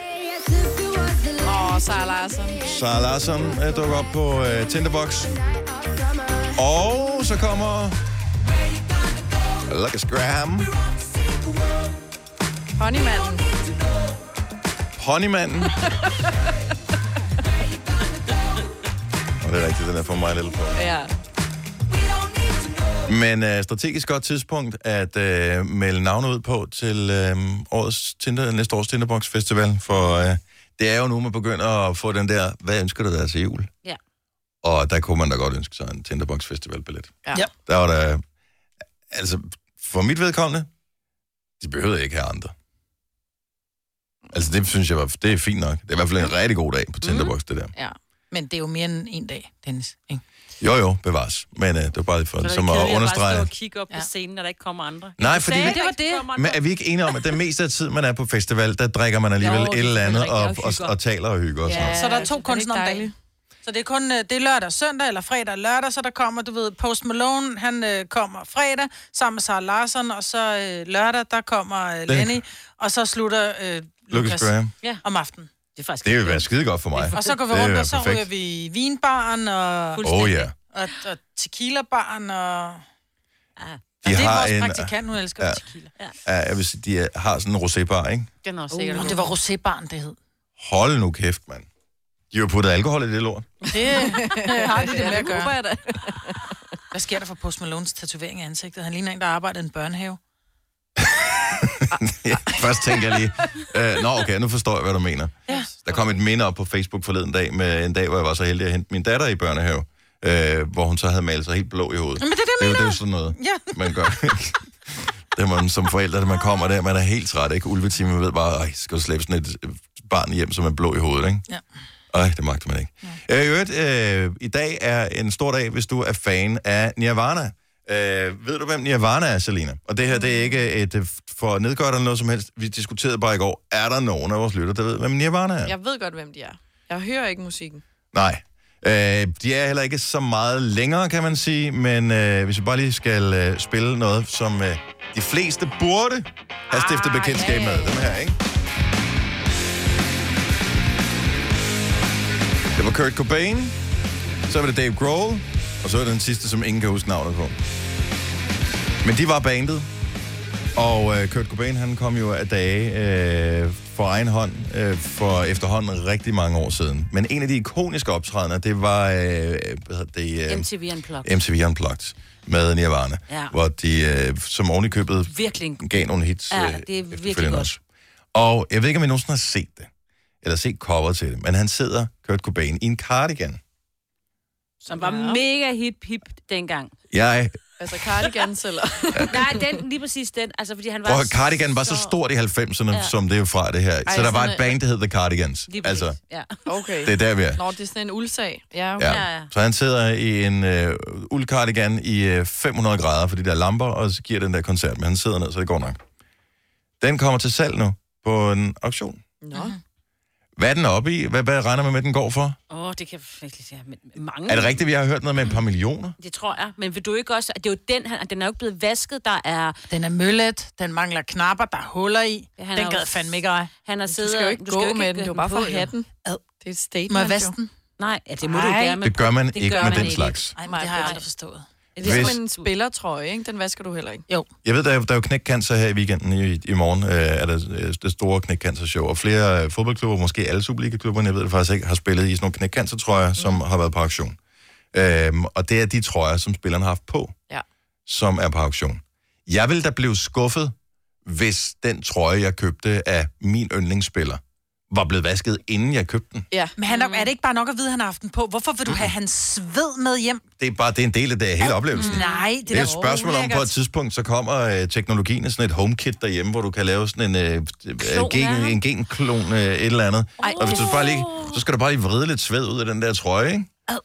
S3: Åh, oh, Sarah Larsen.
S1: Sara Larsson øh, dukker op på øh, Tinderbox. Og så kommer... Lucas Graham,
S3: Honeymanden.
S1: Honeymanden. Og det er rigtigt, den er for mig lidt på.
S3: Ja.
S1: Men øh, strategisk godt tidspunkt at øh, melde navnet ud på til øh, årets Tinder, næste års Tinderbox Festival, for øh, det er jo nu, man begynder at få den der, hvad ønsker du dig til jul?
S4: Ja.
S1: Og der kunne man da godt ønske sig en Tinderbox Festival-billet.
S3: Ja.
S2: Ja.
S1: Der var der... Altså, for mit vedkommende, de behøvede ikke have andre. Altså, det synes jeg var... Det er fint nok. Det er i hvert fald en rigtig god dag på Tinderbox, det der.
S3: ja.
S2: Men det er jo mere end en dag, Dennis. Ikke?
S1: Jo, jo, bevares. Men øh, det var bare for, som at understrege...
S4: Bare stå og kigge op ja.
S2: Ja.
S4: på scenen, når der ikke kommer andre.
S1: Nej, fordi...
S4: Sagde
S1: Vi,
S2: det
S4: der
S2: var
S4: ikke
S2: det.
S4: kommer andre.
S1: men er vi ikke enige om, at den meste af tid, man er på festival, der drikker man alligevel
S4: Jo,
S1: jo,
S4: det
S1: et
S4: er
S1: eller andet
S4: rigtigt,
S1: og,
S4: og
S1: og,
S4: hygger.
S1: og taler og hygger og sådan noget.
S2: Så der er
S3: det er
S2: to
S3: ikke
S2: kunstnere om dagen.
S3: dejligt.
S2: Så det er kun øh, det er lørdag og søndag, eller fredag og lørdag, så der kommer, du ved, Post Malone, han øh, kommer fredag sammen med Sarah Larsen, og så øh, lørdag, der kommer øh, Lenny, og så slutter øh,
S1: Lucas
S2: Lucas
S1: Graham.
S2: om aftenen.
S4: Det er faktisk
S1: Det vil være skide godt for mig.
S2: Og så går vi
S1: Det vil
S2: rundt,
S1: være
S2: og så
S1: perfekt.
S2: ryger vi i vinbaren, og,
S1: Åh oh, ja.
S2: og, og tequilabaren, og...
S4: Ah,
S1: De
S2: og det er
S1: har
S2: vores
S1: en,
S2: praktikant, hun elsker
S1: Ja.
S2: ja. tequila.
S1: ja, jeg vil sige, de er- har sådan en rosébar, ikke?
S4: Den er også
S2: Nå,
S4: sikkert.
S2: Uh, det var rosébaren, det hed.
S1: Hold nu kæft, mand. De har jo puttet alkohol i det lort.
S2: Det har de det med at gøre.
S3: Håber jeg da.
S2: Hvad sker der for Post Malones tatovering af ansigtet? Han ligner en, der arbejder i en børnehave.
S1: ja, først tænker jeg lige, øh, nå okay, nu forstår jeg, hvad du mener.
S2: Ja.
S1: Der kom et minde op på Facebook forleden dag, med en dag, hvor jeg var så heldig at hente min datter i børnehave, øh, hvor hun så havde malet sig helt blå i hovedet.
S2: Men det er det,
S1: Det er
S2: jeg
S1: jo det er jo
S2: mener.
S1: sådan noget,
S2: Ja,
S1: man gør. det er man som forældre, da man kommer der, man er helt træt, ikke? Ulvetime, man ved bare, ej, skal du slæbe sådan et øh, barn hjem, som er blå i hovedet, ikke?
S2: Ja.
S1: Ej, det magter man ikke. Ja. Øh, i øvrigt, øh, i dag er en stor dag, hvis du er fan af Nirvana. Øh, ved du, hvem Nirvana er, Selina? Og det her, det er ikke et øh, for nedgørende eller noget som helst. Vi diskuterede bare i går, er der nogen af vores lytter, der ved, hvem Nirvana er?
S3: Jeg ved godt, hvem de er. Jeg hører ikke musikken.
S1: Nej. Øh, de er heller ikke så meget længere, kan man sige, men øh, hvis vi bare lige skal øh, spille noget, som øh, de fleste burde have stiftet bekendtskab med. Dem her, ikke? Det var Kurt Cobain, så var det Dave Grohl, og så var det den sidste, som ingen kan huske navnet på. Men de var bandet, og øh, Kurt Cobain, han kom jo af dage øh, for egen hånd øh, for efterhånden rigtig mange år siden. Men en af de ikoniske optrædener, det var øh, hvad hedder det, øh,
S4: MTV Unplugged.
S1: MTV Unplugged med Nirvana,
S4: Ja.
S1: hvor de øh, som oven i købet
S4: Virkelig en
S1: gav nogle hits.
S4: Ja,
S1: øh,
S4: det er virkelig
S1: efterfølgende
S4: godt.
S1: også. Og jeg ved ikke, om I nogensinde har set det, eller set cover til det, men han sidder, Kurt Cobain, i en cardigan.
S4: som var mega hip hip dengang.
S1: Jeg,
S3: Altså Cardigans eller...
S4: Nej, den, lige præcis den. Altså, fordi han var...
S1: og cardigan var så stort i 90'erne, ja. som det er fra det her. Ej, så der var
S3: sådan
S1: et
S3: er-
S1: band, der hed The Cardigans.
S4: Lige præcis.
S1: Altså,
S4: Altså. Ja.
S3: Okay.
S1: det er der, vi er.
S3: Nå, det er sådan en uldsag. Ja, okay.
S1: Ja.
S4: Ja, ja.
S1: Så han sidder i en øh, uldcardigan i øh, 500 grader for de der lamper, og så giver den der koncert, men han sidder ned, så det går nok. Den kommer til salg nu på en auktion.
S3: Nå.
S2: Mhm.
S1: Hvad er den oppe i? Hvad, hvad regner man med, den går for?
S4: Åh, oh, det kan jeg virkelig sige. Men mange...
S1: Er det rigtigt, vi har hørt noget med et par millioner?
S4: Det tror jeg. Men vil du ikke også... Det er jo den, han, den er jo ikke blevet vasket, der er...
S2: Den er møllet, den mangler knapper, der er huller i.
S4: Ja, han
S2: den
S4: er jo-
S2: gad fandme ikke ej.
S4: Han har
S3: Du
S4: siddet...
S3: skal jo ikke
S4: du
S3: gå
S4: jo
S3: med den. Det er jo bare
S4: på,
S3: for
S4: jo.
S3: hatten. Det er et
S2: Må
S3: statement,
S2: jeg vaske den?
S4: Nej, ja, det må du
S2: Ej.
S4: gerne.
S1: Det gør man ikke
S4: gør
S1: med
S4: man
S1: den
S4: ikke.
S1: slags.
S2: Nej,
S3: Nej,
S2: det har jeg
S3: nej.
S2: aldrig forstået.
S4: Det
S3: Det er
S1: Hvis-
S3: som en spillertrøje, ikke? Den vasker du heller ikke.
S2: Jo,
S1: Jeg ved, der er, der er jo knækcancer her i weekenden i, i morgen, øh, er der øh, det store knækcancer-show, og flere øh, fodboldklubber, måske alle Superliga-klubberne, jeg ved det faktisk ikke, har spillet i sådan nogle knækcancer-trøjer, som har været på auktion. Øhm, og det er de trøjer, som spillerne har haft på,
S3: Ja.
S1: som er på auktion. Jeg ville da blive skuffet, hvis den trøje, jeg købte af min yndlingsspiller, var blevet vasket, inden jeg købte den.
S3: Ja.
S2: men han er, er det ikke bare nok at vide, at han har haft den på? Hvorfor vil du have hans sved med hjem? Mm.
S1: Det er bare det er en del af det, hele oplevelsen.
S2: Nej, det,
S1: Det er
S2: da
S1: et spørgsmål om, på
S2: ulækkert.
S1: et tidspunkt, så kommer øh, teknologien af sådan et HomeKit derhjemme, hvor du kan lave sådan en, øh, øh,
S4: Klon af
S1: gen,
S4: ham.
S1: en genklon, øh, et eller andet. Ej, og hvis du bare lige, så skal du bare lige vride lidt sved ud af den der trøje, ikke?
S2: Ad.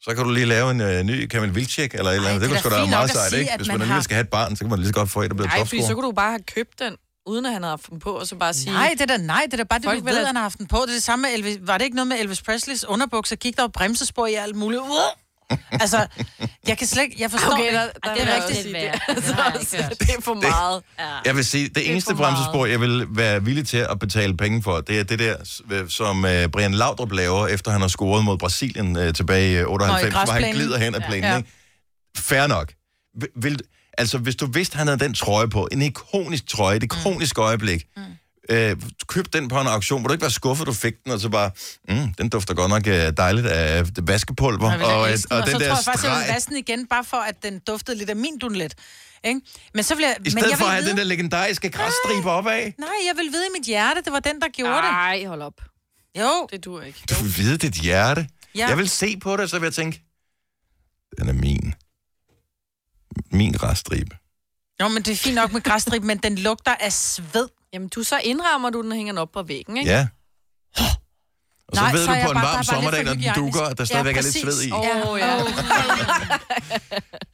S1: Så kan du lige lave en øh, ny Kamil Vilcek eller et eller andet.
S2: det
S1: Det,
S2: er da
S1: kunne sgu da være
S2: fint
S1: meget
S2: nok at
S1: sejt,
S2: sige,
S1: ikke?
S2: at
S1: Hvis
S2: man
S1: man alligevel
S2: har-
S1: skal have et barn, så kan man lige så godt få et, der bliver
S3: Nej, fordi så
S1: topscorer.
S3: kunne du bare have købt den uden at han havde haft den på, og så bare sige...
S2: Nej, det er da, nej, det er da bare det,
S3: Folk
S2: du ved,
S3: ved,
S2: at
S3: at-
S2: han har haft den på. Det er det samme med Elvis. Var det ikke noget med Elvis Presleys underbukser? Gik der jo bremsespor i alt muligt. Uh! Altså, jeg kan slet ikke... Jeg forstår
S3: Okay,
S2: ikke.
S3: der,
S2: Ej,
S3: der
S2: det er rigtigt.
S3: sige,
S4: lidt værre.
S3: det, er altså,
S4: Den har jeg
S3: også-
S4: ikke hørt.
S3: det er for meget.
S1: Jeg vil sige, det eneste
S3: for meget.
S1: bremsespor, jeg vil være villig til at betale penge for, det er det der, s- øh, som øh, Brian Laudrup laver, efter han har scoret mod Brasilien øh, tilbage i øh, 98, hvor han
S2: græsplænen.
S1: glider hen ad plænen.
S2: Ja.
S1: Ja. Fair nok. Vil- Vil, altså, hvis du vidste, han havde den trøje på, en ikonisk
S2: Mm.
S1: trøje, et ikonisk øjeblik, øh, køb den på en auktion, hvor du ikke var skuffet, du fik den, og så bare, mm, den dufter godt nok øh, dejligt af vaskepulver,
S2: Jeg vil da
S1: og,
S2: elske den,
S1: og,
S2: og
S1: den
S2: så
S1: der
S2: tror jeg faktisk, jeg vil
S1: streg.
S2: vaske den igen, bare for at den duftede lidt af min dunlet. Ikke? Men så vil jeg...
S1: I
S2: men jeg
S1: stedet for
S2: vil
S1: at have
S2: vide,
S1: den der legendariske græsstribe opad.
S2: Nej, jeg vil vide i mit hjerte, det var den, der gjorde det.
S3: Nej, hold op.
S2: Jo,
S3: Det dur ikke.
S1: Du vil vide dit hjerte.
S2: Ja.
S1: Ja. Jeg vil se på det, så vil jeg tænke, den er min. Min reststribe.
S2: jo men det er fint nok med græsstrip, men den lugter af sved.
S3: Jamen, du så indrammer du den og hænger den op på væggen, ikke?
S1: Ja. Og så
S2: Nej,
S1: ved
S2: så
S1: du
S2: er jeg
S1: på en
S2: bare- der er
S1: varm
S2: bare lidt
S1: sommerdag,
S2: for
S1: når den
S2: hygiejnisk.
S1: dukker, at der stadigvæk ja, er lidt
S2: præcis.
S1: sved i.
S3: Åh, oh, ja.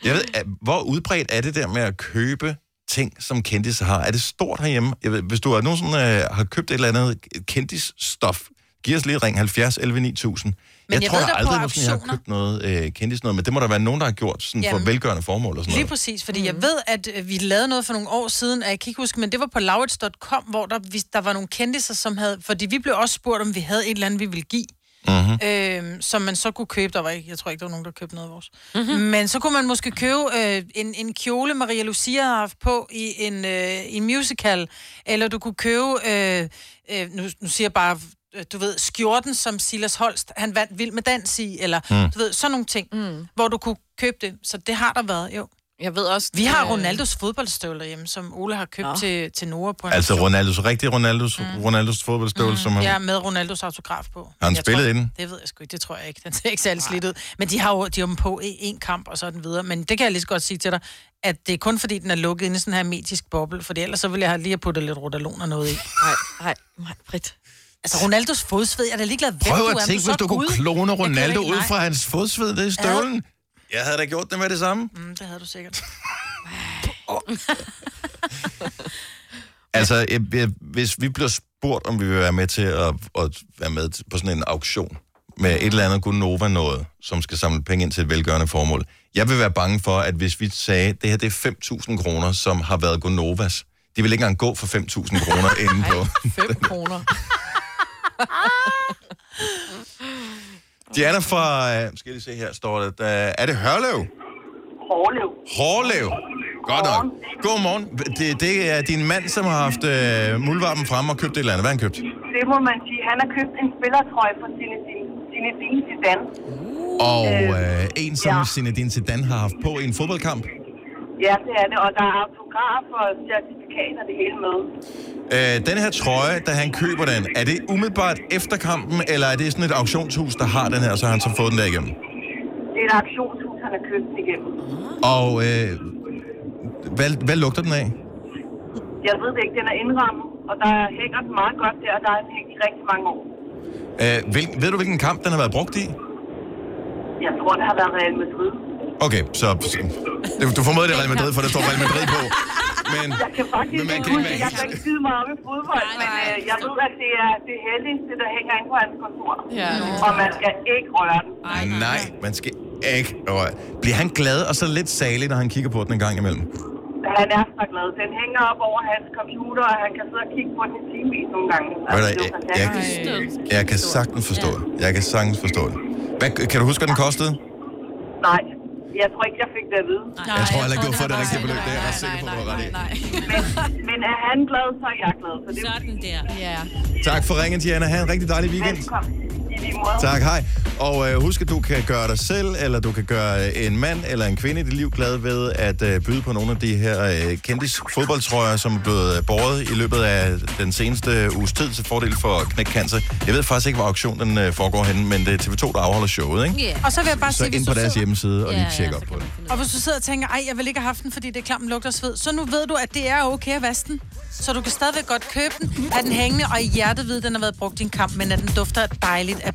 S1: Jeg ved, at- hvor udbredt er det der med at købe ting, som kendis har? Er det stort herhjemme? Jeg ved, hvis du er nogen, som øh, har købt et eller andet kendis-stof, giv os lige et ring 70 11 9000. Jeg,
S2: jeg
S1: tror
S2: ved
S1: jeg
S2: da på
S1: aldrig, nogensinde, jeg har
S2: auktioner.
S1: købt noget øh, kendis noget, men det må der være nogen, der har gjort sådan for
S2: Jamen.
S1: velgørende formål og sådan
S2: Lige
S1: noget.
S2: præcis, fordi mm. jeg ved, at øh, vi lavede noget for nogle år siden, og jeg kan ikke huske, men det var på laurits.com, hvor der, vi, der var nogle kendiser, som havde, fordi vi blev også spurgt, om vi havde et eller andet, vi ville give, mm-hmm. øh, som man så kunne købe. Der var ikke, jeg tror ikke, der var nogen, der købte noget af vores. Mm-hmm. Men så kunne man måske købe øh, en, en kjole, Maria Lucia har haft på i en, øh, en musical, eller du kunne købe, øh, øh, nu, nu siger jeg bare øh, du ved, skjorten, som Silas Holst, han vandt vild med dans i, eller mm. du ved, sådan nogle ting, mm. hvor du kunne købe det. Så det har der været, jo.
S3: Jeg ved også...
S2: Vi har
S3: øh,
S2: Ronaldos fodboldstøvler hjemme, som Ole har købt
S3: Nå.
S2: til, til Nora på en
S1: Altså
S2: auktion.
S1: Ronaldos, rigtig Ronaldos, mm. Ronaldos fodboldstøvle, mm. som han,
S2: Ja, med Ronaldos autograf på.
S1: har han
S2: Jeg
S1: spillet
S2: tror,
S1: inden.
S2: Det ved jeg sgu ikke, det tror jeg ikke. Den ser ikke særlig slidt ud. Men de har jo de har dem på i en kamp og sådan videre. Men det kan jeg lige så godt sige til dig, at det er kun fordi, den er lukket inde i sådan her metisk boble, for ellers så ville jeg have lige have puttet lidt rotalon og noget i.
S3: Nej, nej, nej, Britt.
S2: Altså Ronaldos fodsved, jeg er da ligeglad, hvem du
S1: Prøv
S2: er.
S1: at
S2: men
S1: tænke,
S2: er
S1: hvis du kunne
S2: Gud.
S1: klone
S2: gider
S1: Ronaldo
S2: ikke,
S1: ud
S2: nej.
S1: fra hans fodsved, det er støvlen. Jeg havde da gjort det med det samme.
S2: Mm, det havde du sikkert.
S1: Altså, jeg, jeg, hvis vi bliver spurgt, om vi vil være med til at, at være med til- på sådan en auktion med et eller andet Gunova noget, som skal samle penge ind til et velgørende formål. Jeg vil være bange for, at hvis vi sagde, at det her det er 5.000 kroner, som har været Gunovas, de vil ikke engang gå for 5.000 kroner inde på.
S3: 5 kroner.
S1: Diana fra, øh, skal jeg lige se her, står det, der, er det Hørlev?
S7: Hårlev.
S1: Hårlev. Godt nok. Godmorgen. Det, det er din mand, som har haft øh, muldvarpen frem og købt et eller andet. Hvad har han købt?
S7: Det må man sige. Han har købt en spillertrøje fra Zinedine Zinedine Zidane.
S1: Og øh, en, som ja.
S7: ja.
S1: Zinedine Zidane har haft på i en fodboldkamp.
S7: Ja, det er det. Og der er autograf og certifikat og det hele med.
S1: Øh, den her trøje, da han køber den, er det umiddelbart efter kampen, eller er det sådan et auktionshus, der har den her, så har han så fået den der igennem?
S7: Det er et aktionshus, han har købt den igennem.
S1: Og øh, hvad, hvad lugter den af?
S7: Jeg ved det ikke. Den er indrammet, og der hænger den meget godt der, og der har hængt i rigtig mange år.
S1: Øh, hvil, ved du, hvilken kamp den har været brugt i?
S7: Jeg tror, det har været Real Madrid.
S1: Okay, så du- du formodede det er Real Madrid, for der står Real Madrid på. Men,
S7: Jeg kan faktisk
S1: Men man
S7: ikke
S1: kan-
S7: huske,
S1: man-
S7: det. jeg kan ikke skide meget om i fodbold, men øh, jeg ved, at det er det heldigste, der hænger inde på hans kontor.
S3: Ja.
S7: Og man skal ikke røre den.
S1: Ej, nej, man skal ikke røre. Bliver han glad og så lidt salig, når han kigger på den en gang imellem?
S7: Han er så glad. Den hænger op over hans computer, og han kan sidde og kigge på den i timevis nogle gange.
S1: Ved
S7: Altså,
S1: du,
S7: det er jo
S1: jeg,
S7: fantastisk.
S1: jeg, jeg kan sagtens forstå det. Jeg kan sagtens forstå det. Hvad, kan du huske, hvad den kostede?
S7: Nej, jeg tror ikke, jeg fik det at vide.
S1: jeg tror heller ikke, du har
S3: tror,
S1: fået det
S3: den er meget-
S1: rigtige beløb. Det er jeg
S3: nej,
S1: ret sikker på,
S3: nej,
S1: du har ret i.
S3: nej, nej,
S7: Men er han glad, så er jeg glad. Så det er
S4: Sådan der.
S3: nej. Ja.
S1: Tak for ringen, Diana. Ha' en rigtig dejlig weekend.
S7: velkommen i lige måde.
S1: Tak, hej. Og øh, husk, at du kan gøre dig selv, eller du kan gøre øh, en mand eller en kvinde i dit liv glad ved at øh, byde på nogle af de her øh, kendtis fodboldtrøjer, som er blevet øh, båret i løbet af den seneste uges tid til fordel for Knæk Cancer. Jeg ved faktisk ikke, hvor auktionen den øh, foregår henne, men det er TV2, der afholder showet, ikke?
S4: Ja.
S2: Og så vil jeg bare
S1: Så
S2: sige, hvis
S1: ind på
S2: du
S1: deres
S2: sidder,
S1: hjemmeside og lige tjek op
S4: så
S1: på
S4: kan
S1: det.
S4: man finde ud
S2: og hvis du sidder og tænker, ej, jeg vil ikke have haft den, fordi det er klamt lugter af sved, så nu ved du, at det er okay at vaske den. Så du kan stadigvæk godt købe den, at den hængende, og i hjertet ved, at den har været brugt i en kamp, men at den dufter dejligt af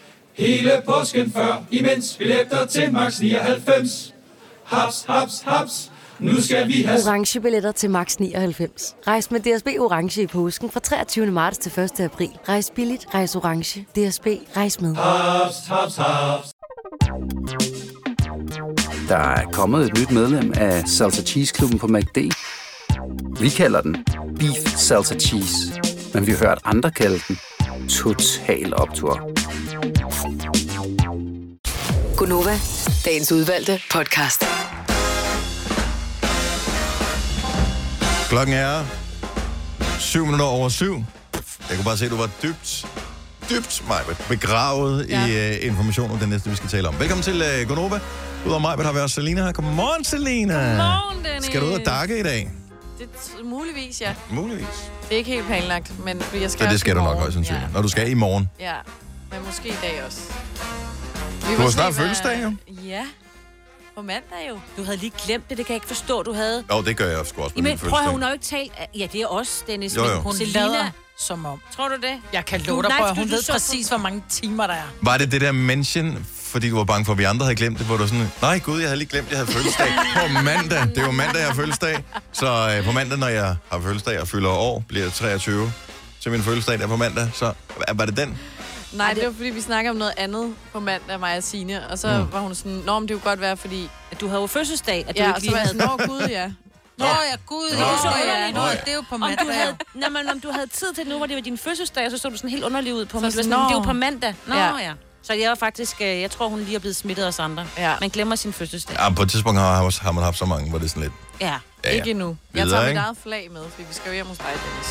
S8: Hele påsken før, imens billetter til max 99. Haps, haps, haps. Nu skal vi have...
S9: orange billetter til max 99. Rejs med DSB orange i påsken fra 23. marts til 1. april. Rejs billigt, rejs orange. DSB rejs med.
S8: Haps, haps, haps.
S10: Der er kommet et nyt medlem af Salsa Cheese Klubben på MACD. Vi kalder den Beef Salsa Cheese, men vi har hørt andre kalde den Total Optor.
S5: Gunova, dagens udvalgte podcast.
S1: Klokken er 7 minutter over 7. Jeg kunne bare se, at du var dybt, dybt Majbet, begravet ja. i uh, information om det næste, vi skal tale om. Velkommen til uh, Gonova. Udover Majbet har vi også Selina her. Godmorgen, Selina.
S3: Godmorgen, Dennis.
S1: Skal du ud og dakke i dag?
S3: Det er t- muligvis, ja.
S1: Muligvis.
S3: Det er ikke helt planlagt, men jeg skal
S1: Så
S3: også i
S1: det skal du nok
S3: morgen.
S1: højst sandsynligt. Ja. Når du skal i morgen.
S3: Ja, men måske i dag også.
S1: Du
S3: var
S1: har snart
S3: sådan,
S1: fødselsdag, jo.
S3: hvad- Ja, på mandag jo.
S4: Du havde lige glemt det, det kan jeg ikke forstå, du havde.
S1: Jo, det gør jeg sgu også på min
S4: Jamen, prøv at høre,
S1: fødselsdag.
S4: hun har jo ikke talt... Ja, det er os, Dennis.
S1: Jo,
S4: men
S1: jo.
S4: Hun
S2: Hun lader
S4: Selina,
S2: som om.
S4: tror du det?
S2: Jeg kan
S4: Du-
S2: love dig,
S4: nej,
S2: for at
S4: du-
S2: hun
S4: du
S2: ved
S4: så-
S2: præcis, hvor mange timer der er.
S1: Var det det der mention, fordi du var bange for, at vi andre havde glemt det, hvor du var sådan, nej gud, jeg havde lige glemt, jeg havde fødselsdag på mandag. Det var mandag, jeg har fødselsdag. Så øh, på mandag, når jeg har fødselsdag og fylder år, bliver jeg 23 til min fødselsdag der på mandag. Så øh, var det den?
S3: Nej, det var fordi, vi snakker om noget andet på mandag, mig og Signe. Og så
S1: Mm.
S3: var hun sådan, nå, men det kunne godt være, fordi...
S4: At du havde jo fødselsdag, at du
S3: ja,
S4: ikke
S3: og så
S4: lige
S3: var jeg sådan,
S4: havde-
S3: nå, gud, ja.
S4: Nå ja, gud,
S3: Nå,
S4: det er jo så
S3: ja.
S4: underligt.
S3: Nå,
S4: Nå,
S3: ja.
S4: det er jo på
S2: mandag,
S4: Om du
S2: ja.
S4: havde, nej, men om du havde tid til, nu var det jo din fødselsdag, og så så du sådan helt underlig ud på mig.
S3: Så
S4: Så sådan,
S3: sådan,
S4: det er jo
S3: nå.
S4: på mandag. Nå
S3: Ja.
S4: ja. ja. Så jeg var faktisk, øh, jeg tror, hun lige er blevet smittet af os andre.
S3: Ja.
S4: Man glemmer sin fødselsdag.
S1: Ja, på et tidspunkt har, har man haft så mange, hvor det er sådan lidt...
S4: Ja.
S1: Ja, ja.
S3: Ikke endnu. Jeg
S1: Videre,
S3: tager mit
S1: ikke?
S3: eget flag med, fordi vi skal jo hjem hos dig, Dennis.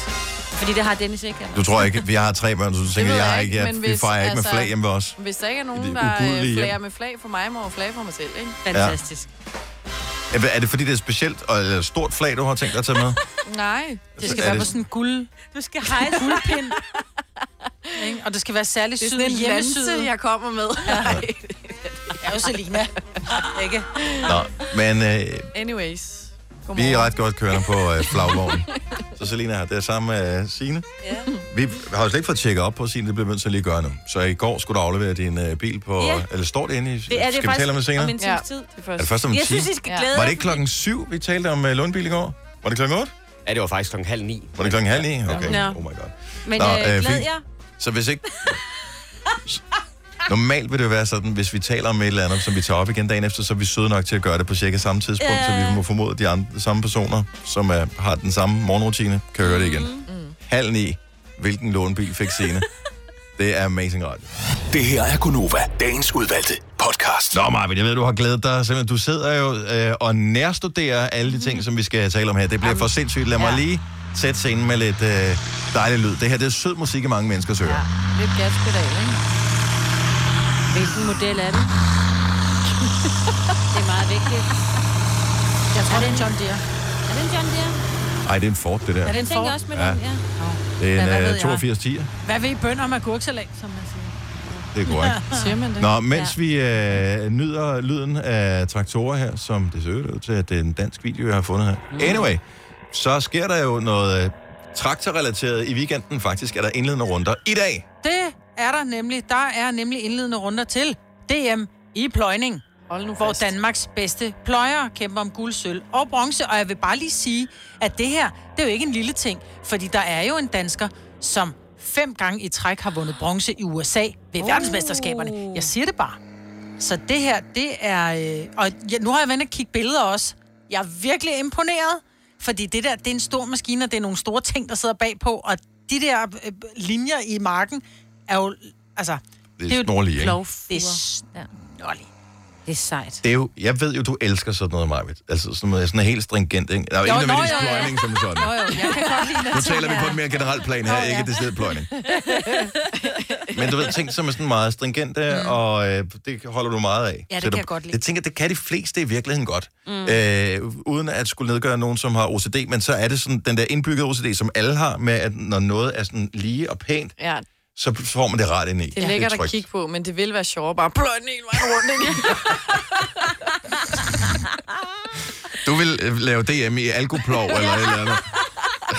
S4: Fordi det har Dennis ikke.
S1: Du tror ikke, vi har tre børn, så du tænker,
S3: ved
S1: jeg, har ikke, jeg,
S3: men altså
S1: vi fejrer ikke med flag hjemme ved os.
S3: Hvis der ikke er
S1: Det
S3: nogen,
S1: er
S3: der øh,
S1: ugudelige hjem.
S3: flager med flag for mig, må jeg flage for mig selv, ikke?
S1: Fantastisk. Er er det fordi, det er et specielt og eller stort flag, du har tænkt dig at tage med?
S3: Nej.
S2: Det
S1: er
S2: skal være
S1: det-
S2: på sådan en guld...
S4: Du skal hejse.
S2: Guldpind. Ikke? og det skal være særligt
S3: Det er
S2: syd
S3: sådan en
S2: hjemmesyd.
S3: lanse, jeg kommer med.
S2: Jeg er jo Selina. Ikke?
S1: Nå, men øh,
S3: Anyways.
S1: Vi
S3: Godmorgen.
S1: er ret godt kørende på øh, flagvognen. så Selina her, det er sammen med øh, Signe.
S4: Ja.
S1: Vi har jo slet ikke fået tjekket op på Signe, det bliver vi nødt til at lige gøre nu. Så i går skulle du aflevere din øh, bil på...
S4: Ja.
S1: Eller står det inde i...
S4: Det er det
S1: skal vi
S4: faktisk
S1: tale om det senere?
S4: om en times tid.
S3: det
S1: Er det først om en
S4: Jeg synes,
S1: time?
S4: I skal glæde
S1: Var det
S4: jer,
S1: ikke klokken 7, vi talte om øh, Lundbil i går? Var det klokken 8?
S11: Ja, det var faktisk klokken halv ni.
S1: Var det klokken halv 9? Okay,
S4: Nå.
S1: oh my god.
S4: Men
S1: Nå,
S4: øh,
S1: øh,
S4: glæd
S1: fint.
S4: jer.
S1: Så hvis ikke... Normalt vil det jo være sådan, hvis vi taler om et eller andet, som vi tager op igen dagen efter, så er vi søde nok til at gøre det på cirka samme tidspunkt, så vi må formode, at de andre, samme personer, som er, har den samme morgenrutine, kan høre det igen. Mm. Halv ni. Hvilken lånbil fik scene? det er amazing radio.
S6: Det her er Gunova, dagens udvalgte podcast.
S1: Nå, Marvin, jeg ved, du har glædet dig. Simpelthen, du sidder jo øh, og nærstuderer alle de ting, som vi skal tale om her. Det bliver for sindssygt. Lad mig lige sætte scenen med lidt øh, dejlig lyd. Det her, det er sød musik, i mange mennesker søger. Ja.
S3: Lidt gaspedal, ikke?
S4: Hvilken model er det? det er meget vigtigt.
S2: Jeg tror, det er en John Deere.
S4: Er det en John Deere?
S1: Ej, det er en Ford, det der.
S4: Jeg tænker også med
S1: Ja.
S4: den, ja.
S1: Det er
S2: Ja, hvad
S1: en
S2: ved
S1: øh,
S2: jeg?
S1: 82 10'er.
S2: Hvad ved I bønder med agurksalat, som man siger?
S1: Det er korrekt.
S3: Siger man det?
S1: Nå, mens vi øh, nyder lyden af traktorer her, som det ser ud til, at det er en dansk video, jeg har fundet her. Anyway, så sker der jo noget øh, traktorrelateret i weekenden. Faktisk er der indledende runder i dag.
S2: Det er der nemlig. Der er nemlig indledende runder til DM i pløjning.
S3: Hold nu
S2: hvor
S3: fast.
S2: Danmarks bedste pløjer kæmper om guld, sølv og bronze. Og jeg vil bare lige sige, at det her, det er jo ikke en lille ting. Fordi der er jo en dansker, som fem gange i træk har vundet bronze i USA ved oh. verdensmesterskaberne. Jeg siger det bare. Så det her, det er... Øh, og jeg, nu har jeg været inde og kigge billeder også. Jeg er virkelig imponeret. Fordi det der, det er en stor maskine, og det er nogle store ting, der sidder bagpå, og de der øh, linjer i marken er jo, altså...
S1: Det er snorlige, ikke?
S2: Det er snorlige.
S4: Det er sejt.
S1: Det er jo, jeg ved jo, du elsker sådan noget, Marvitt. Altså sådan noget, sådan helt stringent, ikke? Der er jo,
S4: Jo,
S1: ikke
S4: nå,
S1: nødvendigvis
S4: jo, jo, jo.
S1: pløjning som sådan.
S4: Jo, jo, jeg kan godt lide
S1: Nu taler vi på et mere generelt plan her, ikke det stedet pløjning. Men du ved, ting, som er sådan meget stringente, mm. og øh, det holder du meget af.
S2: Ja, det
S1: Så
S2: kan
S1: du,
S2: jeg godt lide.
S1: Jeg tænker, det kan de fleste i virkeligheden godt.
S2: Mm.
S1: Mm. Øh, uden at skulle nedgøre nogen, som har OCD, men så er det sådan den der indbyggede OCD, som alle har, med at når noget er sådan lige og pænt,
S3: Ja,
S1: så får man det ret ind i.
S3: det er lækkert at
S1: trygt.
S3: kigge på, men det vil være sjovere bare blå den hele vejen rundt, ikke?
S1: Du vil øh, lave DM i alkoplov eller et eller andet.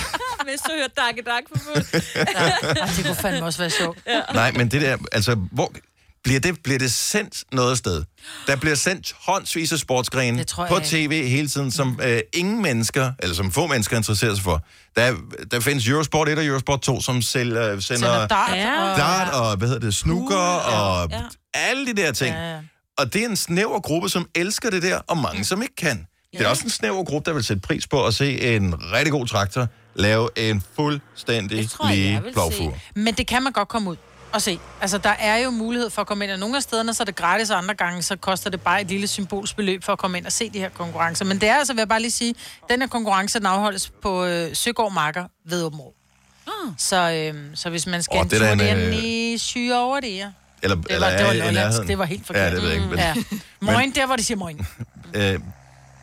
S4: Hvis du hørte dakke dak på fuld.
S2: Ej, det kunne fandme også være sjovt.
S1: Nej, men det der, altså, hvor, bliver, det, bliver det sendt noget sted? Der bliver sendt håndsvis af sportsgrene
S2: tror jeg
S1: på
S2: ikke. Mm.
S1: tv hele tiden, som øh, ingen mennesker, eller som få mennesker interesserer sig for. Der, der findes Eurosport 1 og Eurosport 2, som sælger, sender,
S2: Sender
S1: sender
S2: dart og-
S1: dart og, hvad hedder det, snooker og
S2: Uh, ja.
S1: alle de der ting.
S2: Ja, ja.
S1: Og det er en snæver gruppe, som elsker det der, og mange, som ikke kan. Det er også en snæver gruppe, der vil sætte pris på at se en rigtig god traktor lave en fuldstændig lige plovfure.
S2: Men det kan man godt komme ud og se. Altså, der er jo mulighed for at komme ind, og nogle af stederne, så er det gratis, og andre gange, så koster det bare et lille symbolsbeløb for at komme ind og se de her konkurrencer. Men det er altså, vil jeg bare lige sige, den her konkurrence, den afholdes på øh, Søgaard Marker ved Åben Ah. Så, øh, så hvis man skal
S1: Åh,
S2: oh, en
S1: det er
S2: tur
S1: da en,
S2: derinde
S1: øh,
S2: i syge over det, ja.
S1: Eller,
S2: Det
S1: eller
S2: var, det
S1: er
S2: var
S1: i
S2: Lolland,
S1: nærheden.
S2: det var helt forkert. Mm.
S1: Ja, det ved jeg ikke. Men,
S2: Ja.
S1: ja.
S2: Moin, der hvor de siger moin.
S1: øh,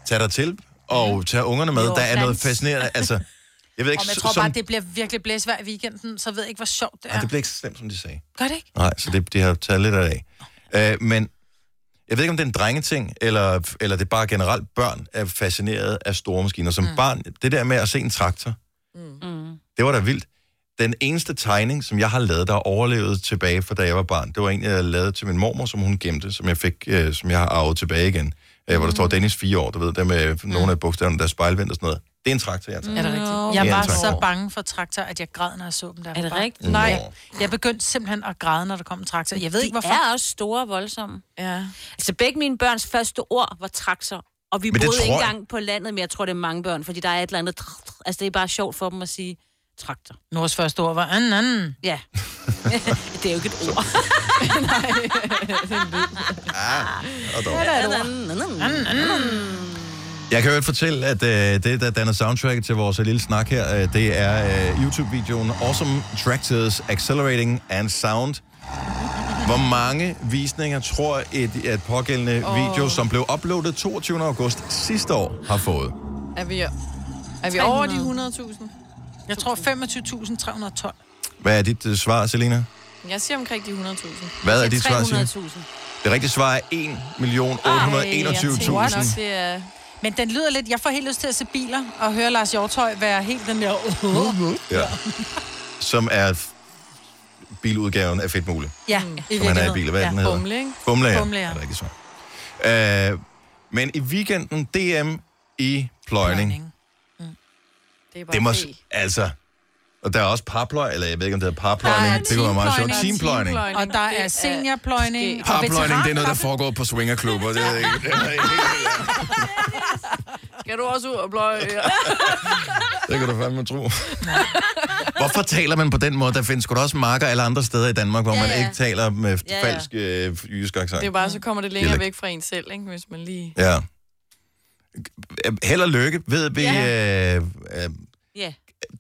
S1: tag dig til,
S2: Mhm.
S1: og tag ungerne med.
S2: Jo,
S1: der er noget
S2: dans.
S1: fascinerende. Altså, jeg ved ikke,
S2: Og jeg
S1: så-
S2: tror
S1: som,
S2: bare, det bliver virkelig blæsvær i weekenden, så ved jeg ikke, hvor sjovt det
S1: Ej,
S2: er.
S1: det bliver ikke så slemt, som de sagde.
S2: Gør det ikke?
S1: Nej, så det, de har taget lidt af. Øh, men jeg ved ikke, om det er en drengeting, eller, eller det er bare generelt børn er fascineret af store maskiner. Som mm. barn, det der med at se en traktor,
S4: Mm.
S1: det var da vildt. Den eneste tegning, som jeg har lavet, der overlevede tilbage fra da jeg var barn, det var en, jeg lavede til min mormor, som hun gemte, som jeg fik, øh, som jeg har arvet tilbage igen. Øh, hvor der
S2: Mm.
S1: står Dennis 4 år, du ved, der med nogle af bogstaverne, der er spejlvendt og sådan noget. Det er en traktor, jeg har taget.
S2: Er det rigtigt?
S1: Ja,
S2: Jeg var
S1: tak. Mm.
S2: så bange for traktor, at jeg græd, når jeg så dem der.
S4: Er det rigtigt?
S2: Nej, jeg begyndte simpelthen at græde, når der kom en traktor. Jeg ved ikke, hvorfor.
S4: De er også store og voldsomme.
S3: Ja.
S4: Altså begge mine børns første ord var trakser. Og vi
S1: Men det
S4: boede ikke
S1: tror jeg-
S4: engang på landet, men jeg tror, det er mange børn, fordi der er et eller andet... tr- tr- Altså, det er bare sjovt for dem at sige traktor.
S2: Nors første ord var anden, anden.
S4: Ja. det er jo ikke et ord.
S1: Og Ah, dog.
S4: Nej.
S1: Jeg kan jo fortælle, at øh, det, der danner soundtracket til vores lille snak her, øh, det er øh, YouTube-videoen Awesome Tractors Accelerating and Sound. Hvor mange visninger tror et, at pågældende oh. video, som blev uploadet 22. august sidste år, har fået?
S3: Er vi, er vi over de 100.000?
S2: Jeg tror 25.312.
S1: Hvad er dit øh, svar, Selina?
S3: Jeg siger omkring de 100.000.
S1: Hvad er dit svar, Signe?
S3: 300.000.
S1: Det rigtige svar er 1.821.000.
S3: er...
S2: Men den lyder lidt... Jeg får helt lyst til at se biler og høre Lars Hjortøj være helt den der...
S1: Ja. Som er f- biludgaven af Fedt Muligt.
S2: Ja, i
S1: Som han Mm. er i biler. Hvad er den hedder?
S3: Bumle, ikke?
S1: Bumle, ja.
S2: Bumle,
S1: Bumle,
S2: ja.
S1: ja. Er det ikke så? Øh, men i weekenden DM i pløjning.
S3: Det er
S1: Det må,
S3: helt-
S1: altså... Og der er også parpløj, eller jeg ved ikke, om det hedder
S2: Der
S1: parpløjning.
S2: er
S1: Det kunne være meget sjovt. Teampløjning.
S2: Og der er seniorpløjning. og
S1: Parpløjning, det er noget, der
S2: veteranpløjning.
S1: foregår på swingerklubber. Det er ikke... Det er ikke
S3: Skal du også ud og bløje?
S1: det kan du fandme tro. Hvorfor taler man på den måde? Der findes sgu da også marker alle andre steder i Danmark, hvor
S3: Ja,
S1: ja, man
S3: ja.
S1: ikke taler med
S3: Ja, ja.
S1: ja, falsk øh, jysk accent.
S3: Det er bare, så kommer det længere
S1: Dialekt.
S3: væk fra en selv, ikke? Hvis man lige...
S1: Ja. øh, Held og lykke, ved vi...
S3: Ja.
S1: Ja. Øh, øh,
S4: Ja.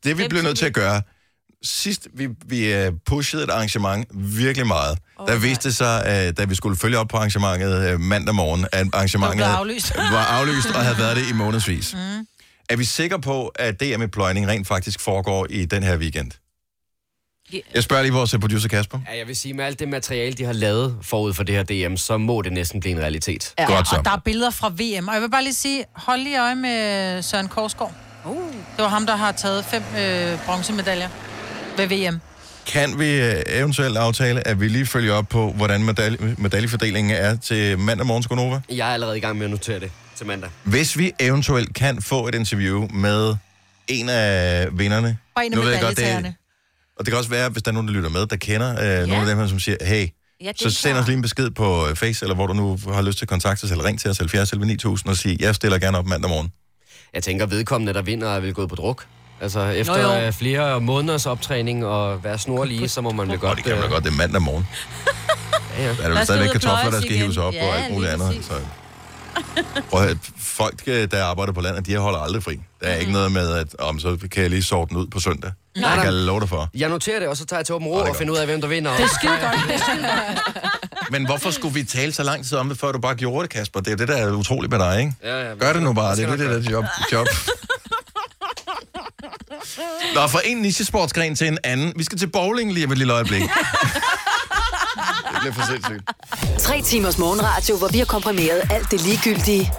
S1: det vi blev nødt til at gøre, sidst vi, vi øh, pushede et arrangement virkelig meget, oh, der viste det sig, øh, da vi skulle følge op på arrangementet øh, mandag morgen, at arrangementet
S2: blev aflyst.
S1: var aflyst og havde været det i månedsvis. Mm. Er vi sikre på, at DM i pløjning rent faktisk foregår i den her weekend?
S4: Yeah.
S1: Jeg spørger lige vores øh, producer Kasper.
S11: Ja, jeg vil sige, med alt det materiale, de har lavet forud for det her DM, så må det næsten blive en realitet.
S2: Ja, og der er billeder fra VM. Og jeg vil bare lige sige, hold lige øje med Søren Korsgaard. Uh. Det var ham, der har taget fem øh, bronzemedaljer ved VM.
S1: Kan vi øh, eventuelt aftale, at vi lige følger op på, hvordan medal- medaljefordelingen er til mandag morgens Gonova?
S11: Jeg er allerede i gang med at notere det til mandag.
S1: Hvis vi eventuelt kan få et interview med en af vinderne.
S2: Og en af
S1: ved jeg godt, det er-
S2: medaljetagerne.
S1: Og det kan også være, hvis der er nogen, der lytter med, der kender øh, ja. nogle af dem her, som siger, hey,
S2: Ja,
S1: ja,
S2: det er
S1: så send
S2: klart.
S1: os lige en besked på øh, Face, eller hvor du nu har lyst til at kontakte os, eller ring til os 70 11 9000 og sige, jeg stiller gerne op mandag morgen.
S11: jeg tænker, vedkommende, der vinder, er vel gået på druk. Altså, efter
S12: jo.
S11: Nå, jo. flere måneders optræning og være snorlige, så må man vel godt... det kan man
S1: godt, det er mandag morgen.
S11: ja, ja.
S1: Der er jo stadigvæk kartofler, der skal hives op ja, og alt muligt andet. Så. Prøv at, høre, folk, øh, der arbejder på landet, de holder aldrig fri. Der er ikke noget med, at om, så kan jeg lige sorte den ud på søndag.
S11: Nej,
S1: Nej, det
S11: nej.
S1: kan jeg love dig for.
S11: Jeg noterer det, og så tager jeg til Åben Rå og finder ud af, hvem der vinder.
S2: Det er skide godt. Det er skide godt.
S1: Men hvorfor skulle vi tale så lang tid om det, før du bare gjorde det, Kasper? Det er jo det, der er utroligt med dig, ikke?
S11: Ja, ja,
S1: Gør det nu bare,
S11: Jeg
S1: det
S11: skal
S1: er det,
S11: nok
S1: der er
S11: gøre
S1: dit job. job. Nå, fra en nichesportsgren til en anden. Vi skal til bowling lige om et lille øjeblik. det bliver for sindssygt.
S5: Tre timers morgenradio, hvor vi har komprimeret alt det ligegyldige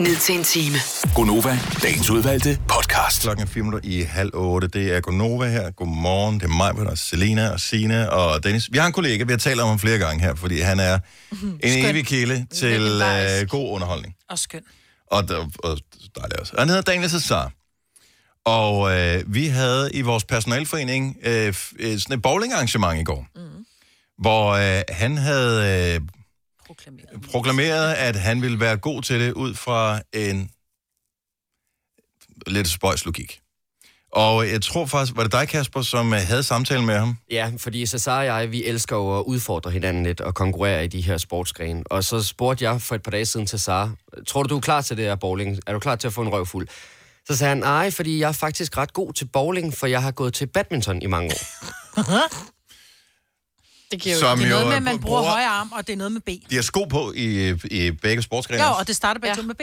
S5: ned til en time.
S1: Gonova, dagens udvalgte podcast. Klokken er fire minutter i halv otte. Det er Gonova her. Godmorgen. Det er mig, og Selena og Sina og Dennis. Vi har en kollega, vi har talt om ham flere gange her, fordi han er en evig kilde til øh, god underholdning.
S2: Og skøn.
S1: Og, der, og dejlig også. Han hedder Daniel Cesar. Og øh, vi havde i vores personalforening øh, f- øh, sådan et bowlingarrangement i går, mm. hvor øh, han havde øh, proklameret. proklameret, at han ville være god til det ud fra en lidt spøjs logik. Og jeg tror faktisk, var det dig, Kasper, som øh, havde samtalen med ham?
S11: Ja, fordi Cesar og jeg, vi elsker jo at udfordre hinanden lidt og konkurrere i de her sportsgrene. Og så spurgte jeg for et par dage siden Cesar, tror du, du er klar til det her bowling? Er du klar til at få en røvfuld? Så sagde han, nej, fordi jeg er faktisk ret god til bowling, for jeg har gået til badminton i mange år.
S3: Det
S1: giver jo- Som
S2: det er
S1: jo
S2: noget med,
S1: er
S2: at man
S1: på-
S2: bruger
S1: bruger-
S2: højre arm, og det er noget med B.
S1: De har sko på i, i begge sportsgrene.
S2: Jo, og det starter begge ja. med B.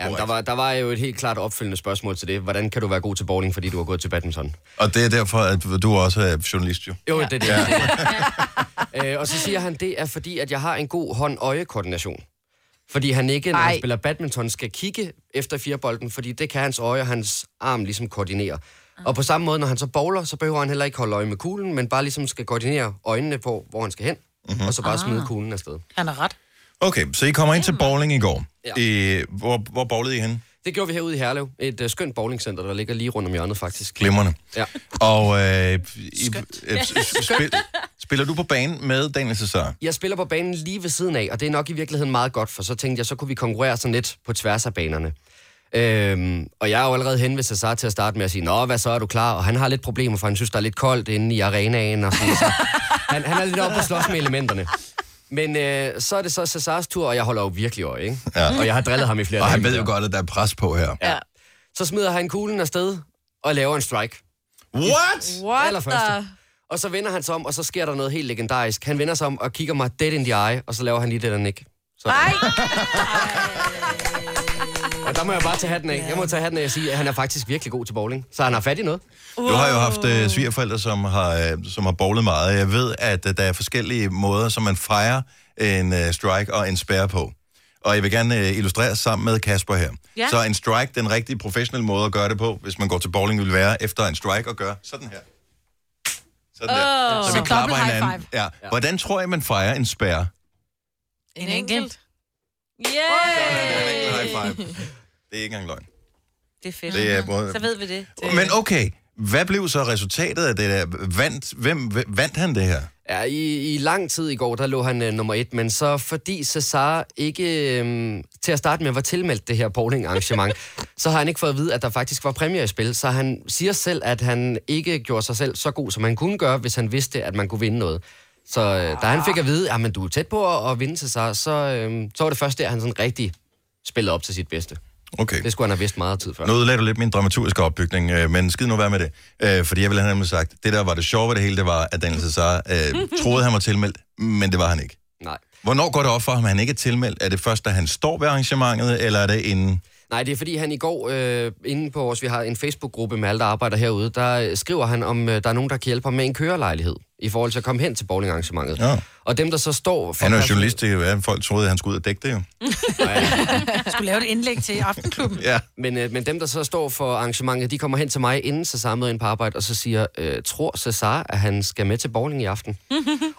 S11: Ja, men der, var, der var jo et helt klart opfølgende spørgsmål til det. Hvordan kan du være god til bowling, fordi du har gået til badminton?
S1: Og det er derfor, at du også er journalist, jo.
S11: Jo, det er det. Ja. øh, og så siger han, det er fordi, at jeg har en god hånd-øje-koordination. Fordi han ikke, når han
S12: Ej.
S11: spiller badminton, skal kigge efter firebolden, fordi det kan hans øje og hans arm ligesom koordinere.
S2: Ah.
S11: Og på samme måde, når han så bowler, så behøver han heller ikke holde øje med kuglen, men bare ligesom skal koordinere øjnene på, hvor han skal hen, mm-hmm. og så bare
S1: Mhm.
S11: ah. smide kuglen afsted.
S2: Han er ret.
S1: Okay, så I kommer ind til bowling i går.
S11: Mm. Ja.
S1: I, hvor, hvor bowlede I henne?
S11: Det gjorde vi herude i Herlev, et uh, skønt bowlingcenter, der ligger lige rundt om hjørnet faktisk.
S1: Glimrende.
S11: Ja.
S1: Og øh, I, øh, s- s- spil, spiller du på banen med Daniel Cesar?
S11: Jeg spiller på banen lige ved siden af, og det er nok i virkeligheden meget godt, for så tænkte jeg, så kunne vi konkurrere sådan lidt på tværs af banerne. Øhm, og jeg er jo allerede hen ved Cesar til at starte med at sige, Nå, hvad så, er du klar? Og han har lidt problemer, for han synes, der er lidt koldt inde i arenaen. Og sådan, så han, han er lidt oppe på slås med elementerne. Men øh, så er det så Cesars tur, og jeg holder jo virkelig øje, ikke?
S1: Ja.
S11: Og jeg har drillet ham i flere
S1: Og han
S11: dage.
S1: ved jo godt, at der er pres på her.
S11: Ja. Så smider han kuglen afsted og laver en strike.
S1: What?
S3: What
S11: Allerførste. Og så vender han sig om, og så sker der noget helt legendarisk. Han vender sig om og kigger mig dead in the eye, og så laver han lige det der nick. Så. Nej! Og der må jeg bare tage hatten af. Jeg må tage hatten af og sige, at han er faktisk virkelig god til bowling. Så han har fat i noget.
S1: Du har jo haft øh, svigerforældre, som har, øh, som har bowlet meget. Jeg ved, at øh, der er forskellige måder, som man fejrer en øh, strike og en spærre på. Og jeg vil gerne øh, illustrere sammen med Kasper her.
S13: Ja.
S1: Så en strike, den rigtige professionelle måde at gøre det på, hvis man går til bowling, vil være efter en strike og gøre sådan her. Sådan der.
S2: Åh.
S1: Så
S2: Så
S1: vi
S2: dobbelt
S1: klapper
S2: high
S1: hinanden. Ja. Hvordan tror jeg, man fejrer en spærre?
S2: En enkelt.
S1: Sådan,
S4: Yeah!
S1: high five. Det er ikke engang løgn.
S4: Det er fedt.
S1: Det er både-
S4: Så ved vi det.
S1: Men okay, hvad blev så resultatet af det der? Vandt, hvem hvem- vandt han det her?
S11: Ja, i, i lang tid i går, der lå han øh, nummer et, men så fordi Cesar ikke øh, til at starte med var tilmeldt det her bowling-arrangement, så har han ikke fået at vide, at der faktisk var præmier i spil, så han siger selv, at han ikke gjorde sig selv så god, som han kunne gøre, hvis han vidste, at man kunne vinde noget. Så øh, da han fik at vide, at men, du er tæt på at, at vinde Cesar, så, øh, så var det først der, han sådan rigtig spillede op til sit bedste.
S1: Okay.
S11: Det skulle han have vidst meget tid før.
S1: Nu ødelagde du lidt min dramaturgiske opbygning, øh, men skid nu være med det. Øh, fordi jeg ville have nemlig sagt, det der var det sjove ved det hele, det var, at Daniel Cesar øh, troede, han var tilmeldt, men det var han ikke.
S11: Nej.
S1: Hvornår går det op for ham, at han ikke er tilmeldt? Er det først, da han står ved arrangementet, eller er det inden?
S11: Nej, det er fordi han i går, øh, inde på os, vi har en Facebook-gruppe med alle, der arbejder herude, der øh, skriver han, om øh, der er nogen, der kan hjælpe ham med en kørelejlighed, i forhold til at komme hen til bowlingarrangementet.
S1: Ja.
S11: Og dem, der så står... For
S1: Han er jo journalist, det er jo, hvad folk troede, han skulle ud og dække det jo.
S2: Jeg skulle lave et indlæg til Aftenklubben.
S1: Ja.
S11: Men, øh, men dem, der så står for arrangementet, de kommer hen til mig, inden Cesar møder ind på arbejde, og så siger, øh, tror Cesar, at han skal med til bowling i aften?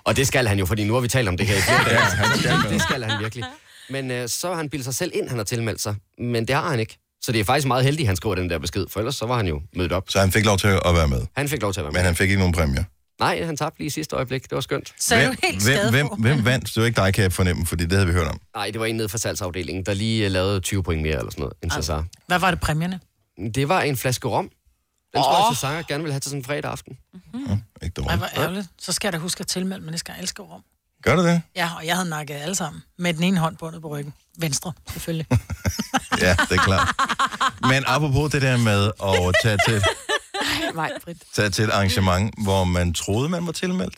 S11: og det skal han jo, fordi nu har vi talt om det her i flere dage. det skal han virkelig. Men øh, så har han bildet sig selv ind, han har tilmeldt sig. Men det har han ikke. Så det er faktisk meget heldigt, han skriver den der besked, for ellers så var han jo mødt op.
S1: Så han fik lov til at være med,
S11: Han fik lov til at være med.
S1: men han fik ikke nogen præmier.
S11: Nej, han tabte lige i sidste øjeblik. Det var skønt.
S1: hvem, hvem, hvem vandt? Det var ikke dig, kan jeg fornemme, fordi det havde vi hørt om. Altså,
S11: Nej, det var en nede fra salgsafdelingen, der lige øh, lavede 20 point mere eller sådan noget, end Cesar.
S2: Hvad var det præmierne?
S11: Det var en flaske rom. Den tror jeg, Cesar gerne vil have til sådan en fredag aften.
S2: Ej, hvor ærgerligt. Så skal jeg da huske at tilmelde mig næste gang. Jeg elsker rum.
S1: Gør du det?
S2: Ja, og jeg havde nakket alle sammen. Med den ene hånd bundet på ryggen. Venstre, selvfølgelig.
S1: Ja, det er klart. Men apropos det der med at tage til,
S3: Nej, Britt.
S1: tage til et arrangement, hvor man troede, man var tilmeldt,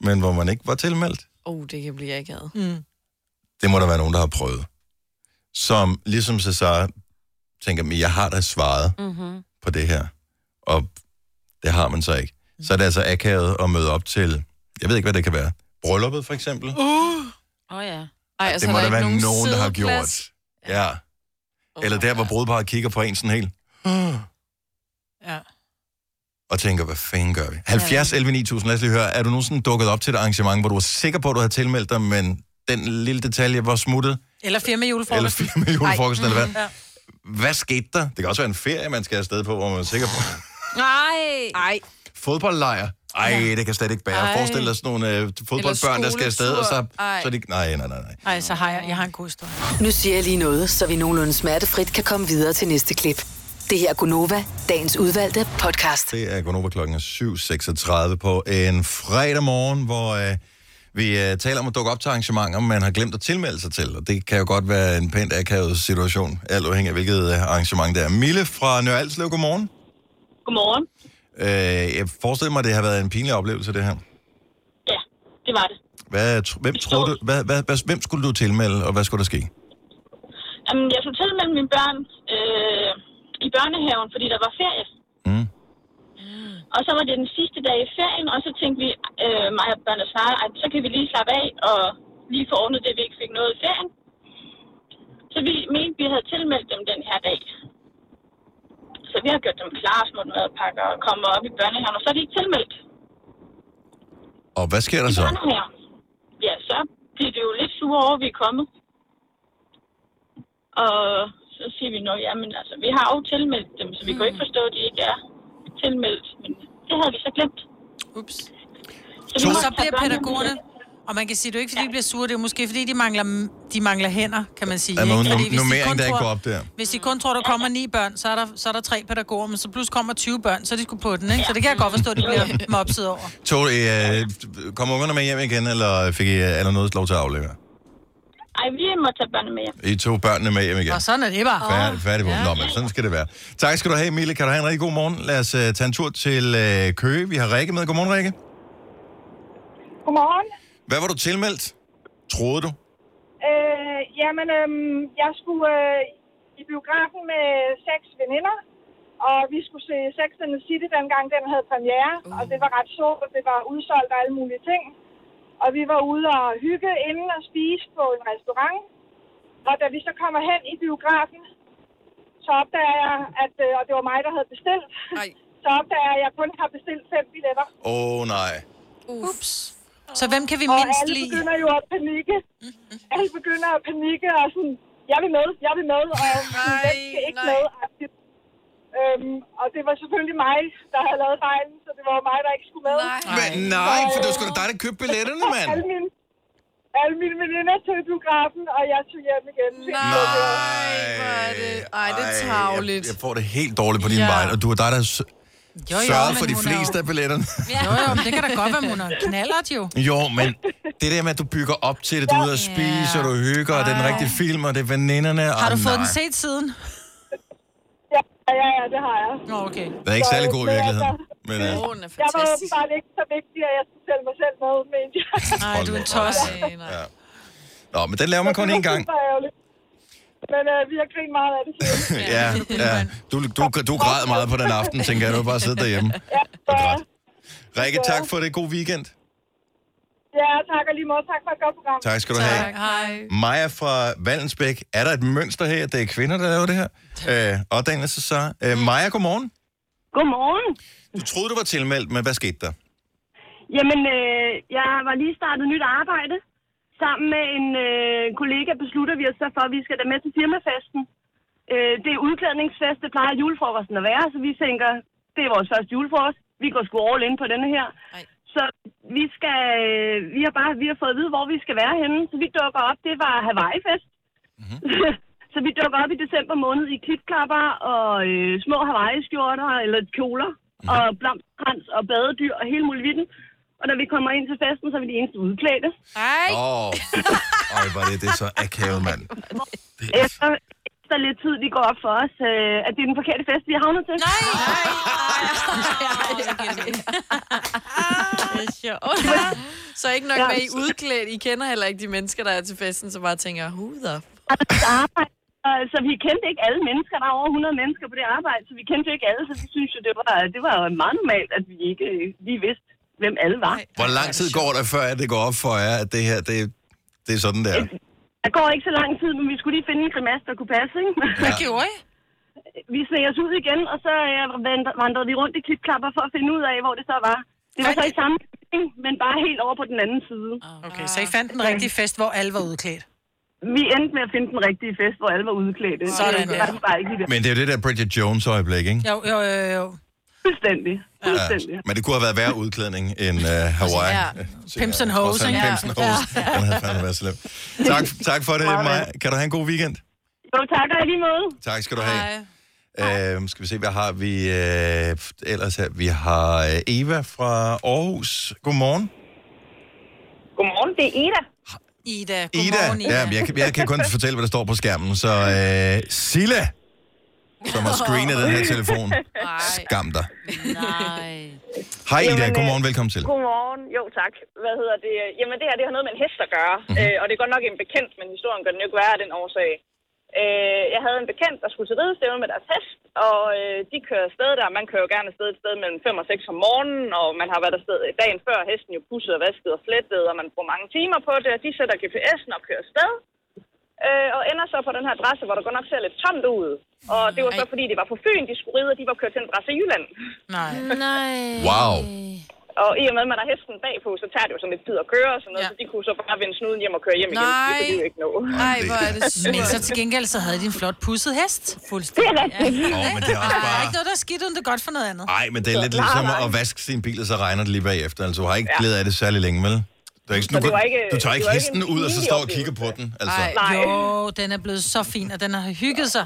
S1: men hvor man ikke var tilmeldt.
S3: Åh, oh, det kan blive akavet. Mm.
S1: det må der være nogen, der har prøvet. Som ligesom Cesar tænker, men jeg har da svaret
S3: Mm-hmm.
S1: på det her. Og det har man så ikke. Så er det altså akavet at møde op til, jeg ved ikke, hvad det kan være. Brylluppet for eksempel.
S3: Uh.
S4: Åh oh, ja.
S3: Ej,
S1: det
S3: er
S1: må der
S3: ikke
S1: være nogen, der har
S3: siddeplads.
S1: gjort. Ja. Eller der, hvor brudparet kigger på en sådan helt,
S2: Ja.
S1: og tænker, hvad fanden gør vi? 70 11 9000, lad os lige høre. Er du nogensinde dukket op til et arrangement, hvor du er sikker på, at du har tilmeldt dig, men den lille detalje var smuttet?
S2: Eller firma julefrokosten.
S1: Eller firma julefrokosten,
S2: Ej.
S1: eller hvad?
S2: Mhm. Ja.
S1: Hvad skete der? Det kan også være en ferie, man skal afsted på, hvor man er sikker på.
S4: Nej.
S3: Nej.
S1: Fodboldlejr. Ej, det kan slet ikke bære.
S2: Ej.
S1: Ej. Forestil dig sådan nogle øh, fodboldbørn, der skal afsted, og så...
S2: skoletur. Ej.
S1: så er de, nej, nej, nej, nej.
S2: Ej, så har jeg, jeg har en god historie.
S5: Nu siger jeg lige noget, så vi nogenlunde smertefrit kan komme videre til næste klip. Det her er Gunova, dagens udvalgte podcast.
S1: Det er Gunova klokken er 7.36 på en fredag morgen, hvor øh, vi øh, taler om at dukke op til arrangementer, man har glemt at tilmelde sig til. Og det kan jo godt være en pænt akavet situation, alt afhængig af hvilket øh, arrangement det er. Mille fra Nørre Alslev, godmorgen.
S12: Godmorgen.
S1: Øh, jeg forestiller mig, at det har været en pinlig oplevelse, det her.
S12: Det var det.
S1: Hvad, tr- hvem, tror du, hvad, hvad, hvad, hvem skulle du tilmelde, og hvad skulle der ske?
S12: Jamen, jeg tog til mellem mine børn øh, i børnehaven, fordi der var ferie. Mm. Og så var det den sidste dag i ferien, og så tænkte vi, øh, mig og børn og far, at så kan vi lige slappe af og lige få ordnet det, vi ikke fik noget i ferien. Så vi mente, vi havde tilmeldt dem den her dag. Så vi har gjort dem klar, smurt madpakker og kommer op i børnehaven, og så er de ikke tilmeldt.
S1: Og hvad sker der så?
S12: Børnehaven. Ja, så bliver de jo lidt sure over, at vi er kommet. Og så siger vi, at jamen, altså, vi har jo tilmeldt dem, så vi mm. kan jo ikke forstå, at de ikke er tilmeldt. Men det havde vi så glemt.
S2: Ups.
S12: Så,
S2: Så,
S12: måtte
S2: så
S12: tage
S2: bliver
S12: børnene
S2: pædagogerne... Og man kan sige, det er jo ikke, fordi de bliver sure, det er jo måske, fordi de mangler, de mangler hænder, kan man sige.
S1: Der er
S2: ikke?
S1: noget
S2: Fordi hvis de
S1: normering,
S2: kun
S1: der ikke
S2: tror-
S1: går op der.
S2: Hvis de kun tror, der kommer ni børn, så er der, så er der tre pædagoger, men så pludselig kommer 20 børn, så er de skulle på den, ikke? Så det kan jeg godt forstå, at de bliver mopset over.
S1: Tog, I, øh, kom ungerne med hjem igen, eller fik I øh, noget lov til at aflevere?
S12: med. Ej, vi måtte tage børnene med hjem.
S1: I tog børnene med hjem igen.
S2: Og sådan er det bare.
S1: Færdig, færdig ja. Nå, men sådan skal det være. Tak skal du have, Mille. Kan du have en rigtig god morgen? Lad os uh, tage en tur til uh, Køge. Vi har Rikke med. Godmorgen, Rikke.
S13: Godmorgen.
S1: Hvad var du tilmeldt? Troede du?
S13: Øh, jamen, øhm, jeg skulle øh, i biografen med seks veninder, og vi skulle se Sex and the City, dengang den havde premiere, og det var ret sjovt, det var udsolgt og alle mulige ting. Og vi var ude og hygge inden og spise på en restaurant, og da vi så kommer hen i biografen, så opdager jeg, at, øh, og det var mig, der havde bestilt, Ej. så opdager jeg, at jeg kun har bestilt fem billetter.
S1: Åh, oh, nej.
S2: Ups. Så hvem kan
S13: og
S2: Mm-hmm. vi mindst
S13: alle
S2: lide?
S13: begynder jo at panikke. Alle begynder at panikke og sådan, jeg vil med, jeg vil med, og sådan, hvem skal ikke med? agtigt. Øhm, og det var selvfølgelig mig, der havde lavet fejlen, så det var jo mig, der ikke skulle med. Nej,
S1: Men nej, for det var sgu da dig, der købte billetterne, mand.
S13: alle, mine, alle mine veninder tog i biografen, og jeg tog hjem igen.
S3: Nej, hvor er det... Ej, det er
S1: Jeg,
S3: tavligt.
S1: jeg får det helt dårligt på din
S3: Ja.
S1: ja. vej, og du er dig, der s-
S2: Jo, jo,
S1: sørger
S2: men
S1: for de
S2: hun er jo-
S1: fleste af billetterne.
S2: Jo, jo, men det kan da godt være, hun er knallert jo.
S1: Jo, men det der med, at du bygger op til det, du er ude at spise, og du hygger, og det er den rigtige film, og det er veninderne.
S2: Har du
S1: og
S2: fået
S1: nej.
S2: den set siden?
S13: Ja, ja, ja, det har jeg.
S2: Nå, okay.
S1: Den er ikke særlig god i virkeligheden. Men, øh,
S13: Jeg var åbenbart ikke så vigtig, at jeg skulle tælle mig selv med, men jeg...
S2: Nej, du er en tos.
S1: ja. Nå, men den laver man kun én gang.
S13: Men øh, vi har grint meget af det siden.
S1: Ja, ja. Du, du, du græd meget på den aften, tænker jeg. Du har bare siddet derhjemme og græd. Rikke, tak for det. God weekend.
S13: Ja, tak og lige måde. Tak for et godt program.
S1: Tak skal du have. Tak,
S13: hej.
S1: Maja fra Vallensbæk. Er der et mønster her? Det er kvinder, der laver det her. Øh, og Daniel Cesar.
S2: Mm.
S1: Øh, Maja, godmorgen.
S14: Godmorgen.
S1: Du troede, du var tilmeldt, men hvad skete der?
S14: Jamen, øh, jeg var lige startet nyt arbejde. Sammen med en øh, kollega beslutter vi os så for, at vi skal da med til firmafesten. Øh, det er udklædningsfest, det plejer julefrokosten at være, så vi tænker, det er vores første julefrokost. Vi går sgu all in på denne her. Ej. Så vi skal, øh, vi har bare vi har fået at vide, hvor vi skal være henne, så vi dukker op. Det var Hawaii-fest. Mm-hmm. så Så vi dukker op i december måned i klipklapper og øh, små Hawaii-skjorter eller kjoler mm. og blomsterkrans og badedyr og hele muligheden. Og når vi kommer ind til festen, så er vi de eneste udklædte.
S1: Ej. Åh, oh. var det, det er så akavet, mand.
S14: Efter, efter lidt tid, de går op for os, øh, at det er den forkerte fest, vi har havnet til. Nej!
S3: Det er sjovt. Så ikke nok med, I er udklædt. I kender heller ikke de mennesker, der er til festen, så bare tænker, who the
S14: arbejde. Og Så vi kendte ikke alle mennesker. Der er over 100 mennesker på det arbejde, så vi kendte ikke alle. Så vi synes jo, det var, det var meget normalt, at vi ikke øh, lige vidste, hvem alle var.
S1: Hvor lang tid går der, før at det går op for jer, at det her, det, det er sådan der?
S14: Der går ikke så lang tid, men vi skulle lige finde en grimas, der kunne passe, ikke?
S1: Hvad
S14: gjorde I? Vi sneg os ud igen, og så øh, vandr- vandrede vi rundt i klipklapper for at finde ud af, hvor det så var. Det var så i samme bygning, men bare helt over på den anden side.
S2: Okay, så I fandt en rigtig fest, hvor alle var udklædt?
S14: Vi endte med at finde den rigtige fest, hvor alle var udklædte. det
S2: Sådan der.
S14: var bare ikke lige der.
S1: Men det er jo det der Bridget Jones øjeblik, ikke?
S2: Jo, jo, jo, jo.
S14: Fuldstændig.
S1: Ja, men det kunne have været værre udklædning end uh, Hawaii.
S2: Ja. Pimps and hoes,
S1: ikke?
S2: ikke?
S1: Pimps and
S2: Ja.
S1: hoes. Den havde fandme været slem. Tak, tak for det, Maja. Kan du have en god weekend?
S14: Jo, tak og i lige måde.
S1: Tak skal du have. Øhm, skal vi se, hvad har vi øh, ellers her? Vi har øh, Eva fra Aarhus. Godmorgen.
S15: Godmorgen, det er Ida.
S2: Ida,
S1: Ida. Ja, men jeg, kan- jeg kan kun fortælle, hvad der står på skærmen. Så øh, Sille, som har screenet den her telefon. Skam dig.
S15: Nej.
S1: Hej Ida, godmorgen, velkommen til.
S15: øh, Godmorgen, jo tak. Hvad hedder det? Jamen det her, det har noget med en hest at gøre.
S1: Mhm.
S15: Mm-hmm. Øh, og det er godt nok en bekendt, men historien gør den jo ikke værre af den årsag. Øh, jeg havde en bekendt, der skulle til ridestævne med deres hest, og øh, de kører afsted der. Man kører jo gerne afsted et sted mellem 5 og 6 om morgenen, og man har været afsted dagen før, hesten jo pusset og vasket og flettet, og man bruger mange timer på det, og de sætter GPS'en og kører afsted. Øh, og ender så på den her adresse, hvor der godt nok ser lidt tomt ud. Og det var så, fordi det var på Fyn, de skulle ride, og de var kørt til en adresse i Jylland.
S2: Nej.
S15: Nej.
S1: Wow.
S15: Og i og med, at man har hesten bagpå, så tager det jo sådan lidt tid at køre og sådan noget, ja. så de kunne så bare vende snuden hjem og køre hjem igen. Det kunne de jo ikke nå.
S2: Nej, hvor er det surt. Men så til gengæld, så havde de en flot pusset hest.
S15: Fuldstændig. Det er rigtigt.
S1: Åh, men det er også
S2: Der er
S1: bare-
S2: ikke noget, der er skidt, uden det er godt for noget andet.
S1: Nej, men det er lidt ligesom at vaske sin bil, og så regner det lige bagefter. Altså, du har ikke
S2: Ja.
S1: glæde af det særlig længe, vel? Du, er ikke,
S2: Så
S1: du,
S2: det var
S1: kan-
S2: ikke-
S1: du tager
S2: det
S1: ikke
S2: var ikke
S1: hesten
S2: en
S1: ud, og så
S2: pinlig
S1: står og kigger på den. Altså.
S2: Altså. Ej, jo, den er blevet så fin, og den har hygget sig.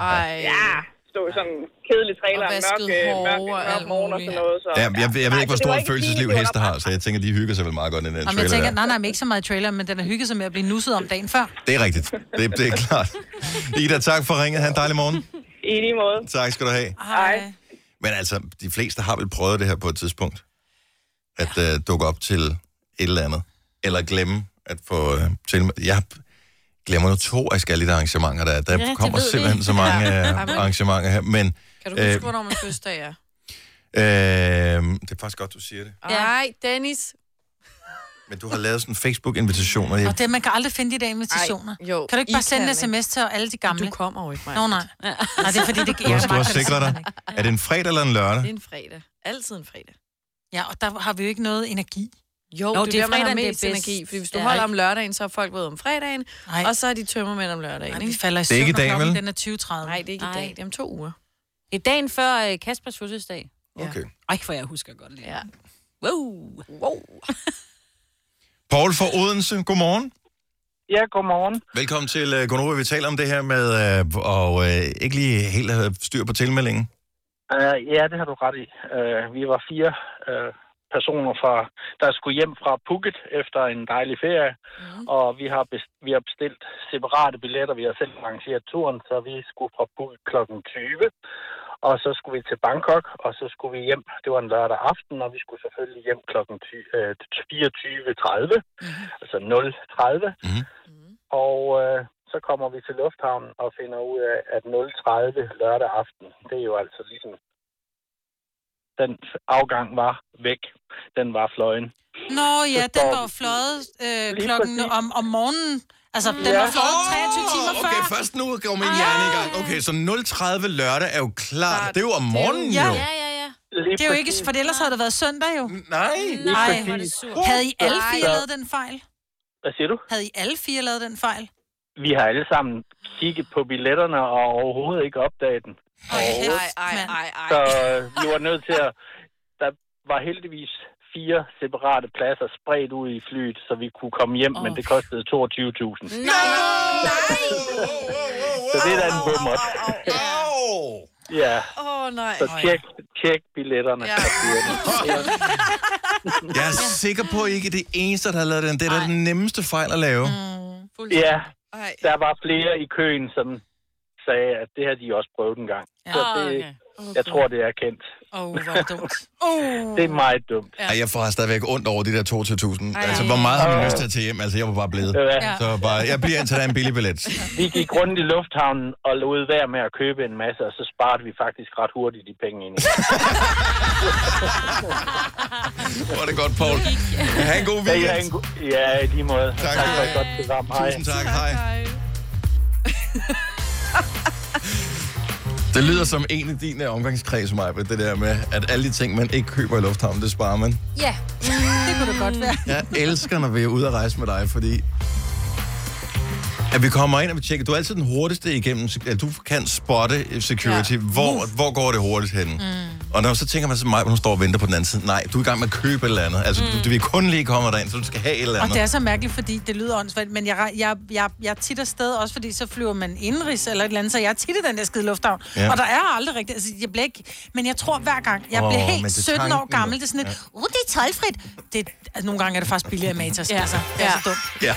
S15: Ej. Ja, stod sådan en kedelig trailer,
S2: Og
S15: mørk,
S2: vasket
S15: øh,
S2: hår
S15: mørk,
S2: og
S15: mørk
S2: alt
S15: morgen og sådan noget. Så,
S1: Ja, jeg, jeg ved ikke, hvor
S15: Nej, så det var
S1: stort
S15: ikke
S1: følelsesliv
S15: pinligt,
S1: heste har, så jeg tænker, de hygger sig vel meget godt i den
S2: Jamen, jeg
S1: trailer
S2: tænker,
S1: der.
S2: nej, nej, men ikke så meget i trailer, men den har hygget sig med at blive nusset om dagen før.
S1: Det er rigtigt. Det, det er klart. Ida, tak for ringet. Ha' en dejlig morgen.
S15: I lige måde.
S1: Tak skal du have.
S2: Hej.
S1: Men altså, de fleste har vel prøvet det her på et tidspunkt. At øh, dukke op til et eller andet. Eller glemme at få øh, til... Jeg glemmer nu to af alle de arrangementer, der er. Der
S3: Ja, det
S1: kommer
S3: ved vi.
S1: simpelthen så mange
S3: Ja.
S1: øh,
S3: Ej, men-
S1: arrangementer her. Men,
S3: Kan du
S1: Øhm.
S3: huske, hvornår man fødselsdag er?
S1: øh, øh, det er faktisk godt, du siger
S3: Ah.
S1: det.
S3: Nej, Dennis.
S1: Men du har lavet sådan en Facebook-invitation, og
S3: Ah,
S1: jeg
S2: Og det, man kan aldrig finde de der invitationer. Ej, jo, kan du ikke
S3: I
S2: bare sende en
S3: kan
S2: sms til alle de gamle? Du
S3: kommer jo ikke,
S2: Nå, nej. Nej, det er fordi, det
S1: Du har,
S2: jeg
S1: du har
S2: magter det
S1: sikret dig. Er det en fredag eller en lørdag?
S3: Det er en fredag. Altid en fredag.
S2: Ja, og der har vi jo ikke noget energi.
S3: Jo, det, det er der, man har mest energi. Fordi hvis du ja, holder om lørdagen, så er folk ved om fredagen,
S2: Ej.
S3: og så er de tømmermænd om lørdagen.
S2: vi falder i
S1: Det er ikke i dag, vel?
S2: Den er 20.30.
S3: Nej, det er ikke i dag. Det er om to uger.
S4: Det er dagen før øh, Kaspers fødselsdag.
S1: Okay.
S4: Ej, for jeg husker godt lige. Ja. Wow. wow.
S1: Paul fra Odense, godmorgen.
S16: Ja, godmorgen.
S1: Velkommen til uh, Gonova. Vi taler om det her med uh, og uh, ikke lige helt have styr på tilmeldingen.
S16: Uh, ja, det har du ret i. Uh, vi var fire uh, personer, fra, der skulle hjem fra Phuket efter en dejlig ferie. Mm. Og vi har, best- vi har bestilt separate billetter. Vi har selv arrangeret turen, så vi skulle fra Phuket kl. 20. Og så skulle vi til Bangkok, og så skulle vi hjem. Det var en lørdag aften, og vi skulle selvfølgelig hjem kl. 24.30. Mm. Altså 0.30. Mm. Og øh, så kommer vi til lufthavnen og finder ud af, at 0.30 lørdag aften, det er jo altså ligesom den afgang var væk. Den var fløjen.
S2: Nå ja,
S16: står
S2: den var
S16: vi-
S2: jo fløjet øh,
S16: Lige
S2: klokken om, om morgenen.
S3: Mm.
S2: Altså, den
S16: Ja.
S2: var fløjet 23 timer før.
S1: Okay, først nu går
S2: Ah.
S1: min hjerne i gang. Okay, så 0.30 lørdag er jo klart. Det er jo om morgenen
S2: ja.
S1: jo. Mm.
S2: Ja,
S4: ja, ja.
S16: Lige
S2: Det er jo ikke, for ellers havde det været søndag jo.
S1: Nej.
S2: Nej,
S16: præcis.
S2: hvor er det surt. Havde I alle fire
S16: Nej.
S2: lavet den fejl?
S16: Hvad siger du?
S2: Havde I alle fire lavet den fejl?
S16: Vi har alle sammen kigget på billetterne og overhovedet ikke opdaget den.
S2: Ej, ej, ej, ej.
S16: Så øh, vi var nødt til at... Der var heldigvis fire separate pladser spredt ud i flyet, så vi kunne komme hjem, oh. men det kostede 22.000. så det er da en bummer. ja,
S3: Åh, oh, nej.
S16: så tjek, tjek billetterne. Ja.
S1: Jeg er sikker på, at I ikke er det eneste, der har lavet den. Det er da den nemmeste fejl at lave.
S2: Mm.
S16: ja, der var flere i køen, som sagde, at det har de også prøvet en gang.
S2: Ja.
S16: Så det,
S2: Ah, okay.
S16: jeg tror, det er kendt.
S2: Åh, oh, hvor dumt.
S16: Det er meget dumt.
S1: Ja. Ej, jeg får stadigvæk ondt over de der 2-1000.
S2: Ej.
S1: Altså, hvor meget har man
S16: Åh.
S1: lyst til at tage hjem? Altså, jeg var bare blevet.
S16: Ja.
S1: Så bare, jeg bliver indtil der er en billig billet.
S16: Vi gik rundt i lufthavnen og lod være med at købe en masse, og så sparede vi faktisk ret hurtigt de penge ind.
S1: Hvor er det godt, Paul. Ha' en god
S16: weekend. Ja, en go- ja i lige måde. Tak, tak for et godt program. Hej.
S1: Tusind tak. Hej. Det lyder som en af dine omgangskreds, Maja, det der med, at alle de ting, man ikke køber i lufthavnen, det sparer man.
S2: Ja, det kunne det godt være.
S1: Jeg elsker, når vi er ude at rejse med dig, fordi at vi kommer ind og vi tjekker. Du er altid den hurtigste igennem. At du kan spotte øh, security. Ja. Hvor, hvor går det hurtigt hen? Mm. Og når så tænker man så meget, hun står og venter på den anden side. Nej, du er i gang med at købe et eller andet. Altså, mm. du, vi er kun lige kommet derind, så du skal have et eller
S2: Og
S1: andet.
S2: det er så mærkeligt, fordi det lyder åndssvagt, men jeg, jeg, jeg, jeg er tit afsted, også fordi så flyver man indrigs eller et eller andet, så jeg er tit i den der skide lufthavn.
S1: Ja.
S2: Ja. Og der er aldrig rigtigt, altså jeg bliver ikke, men jeg tror hver gang, jeg
S1: Åh,
S2: oh, bliver
S1: men
S2: helt
S1: det er
S2: 17 år
S1: tanken,
S2: gammel, det er sådan et, uh, det er tolvfrit. Det, altså, nogle gange er det faktisk billigere i Matas, ja. altså, det er ja. så dumt.
S1: Ja.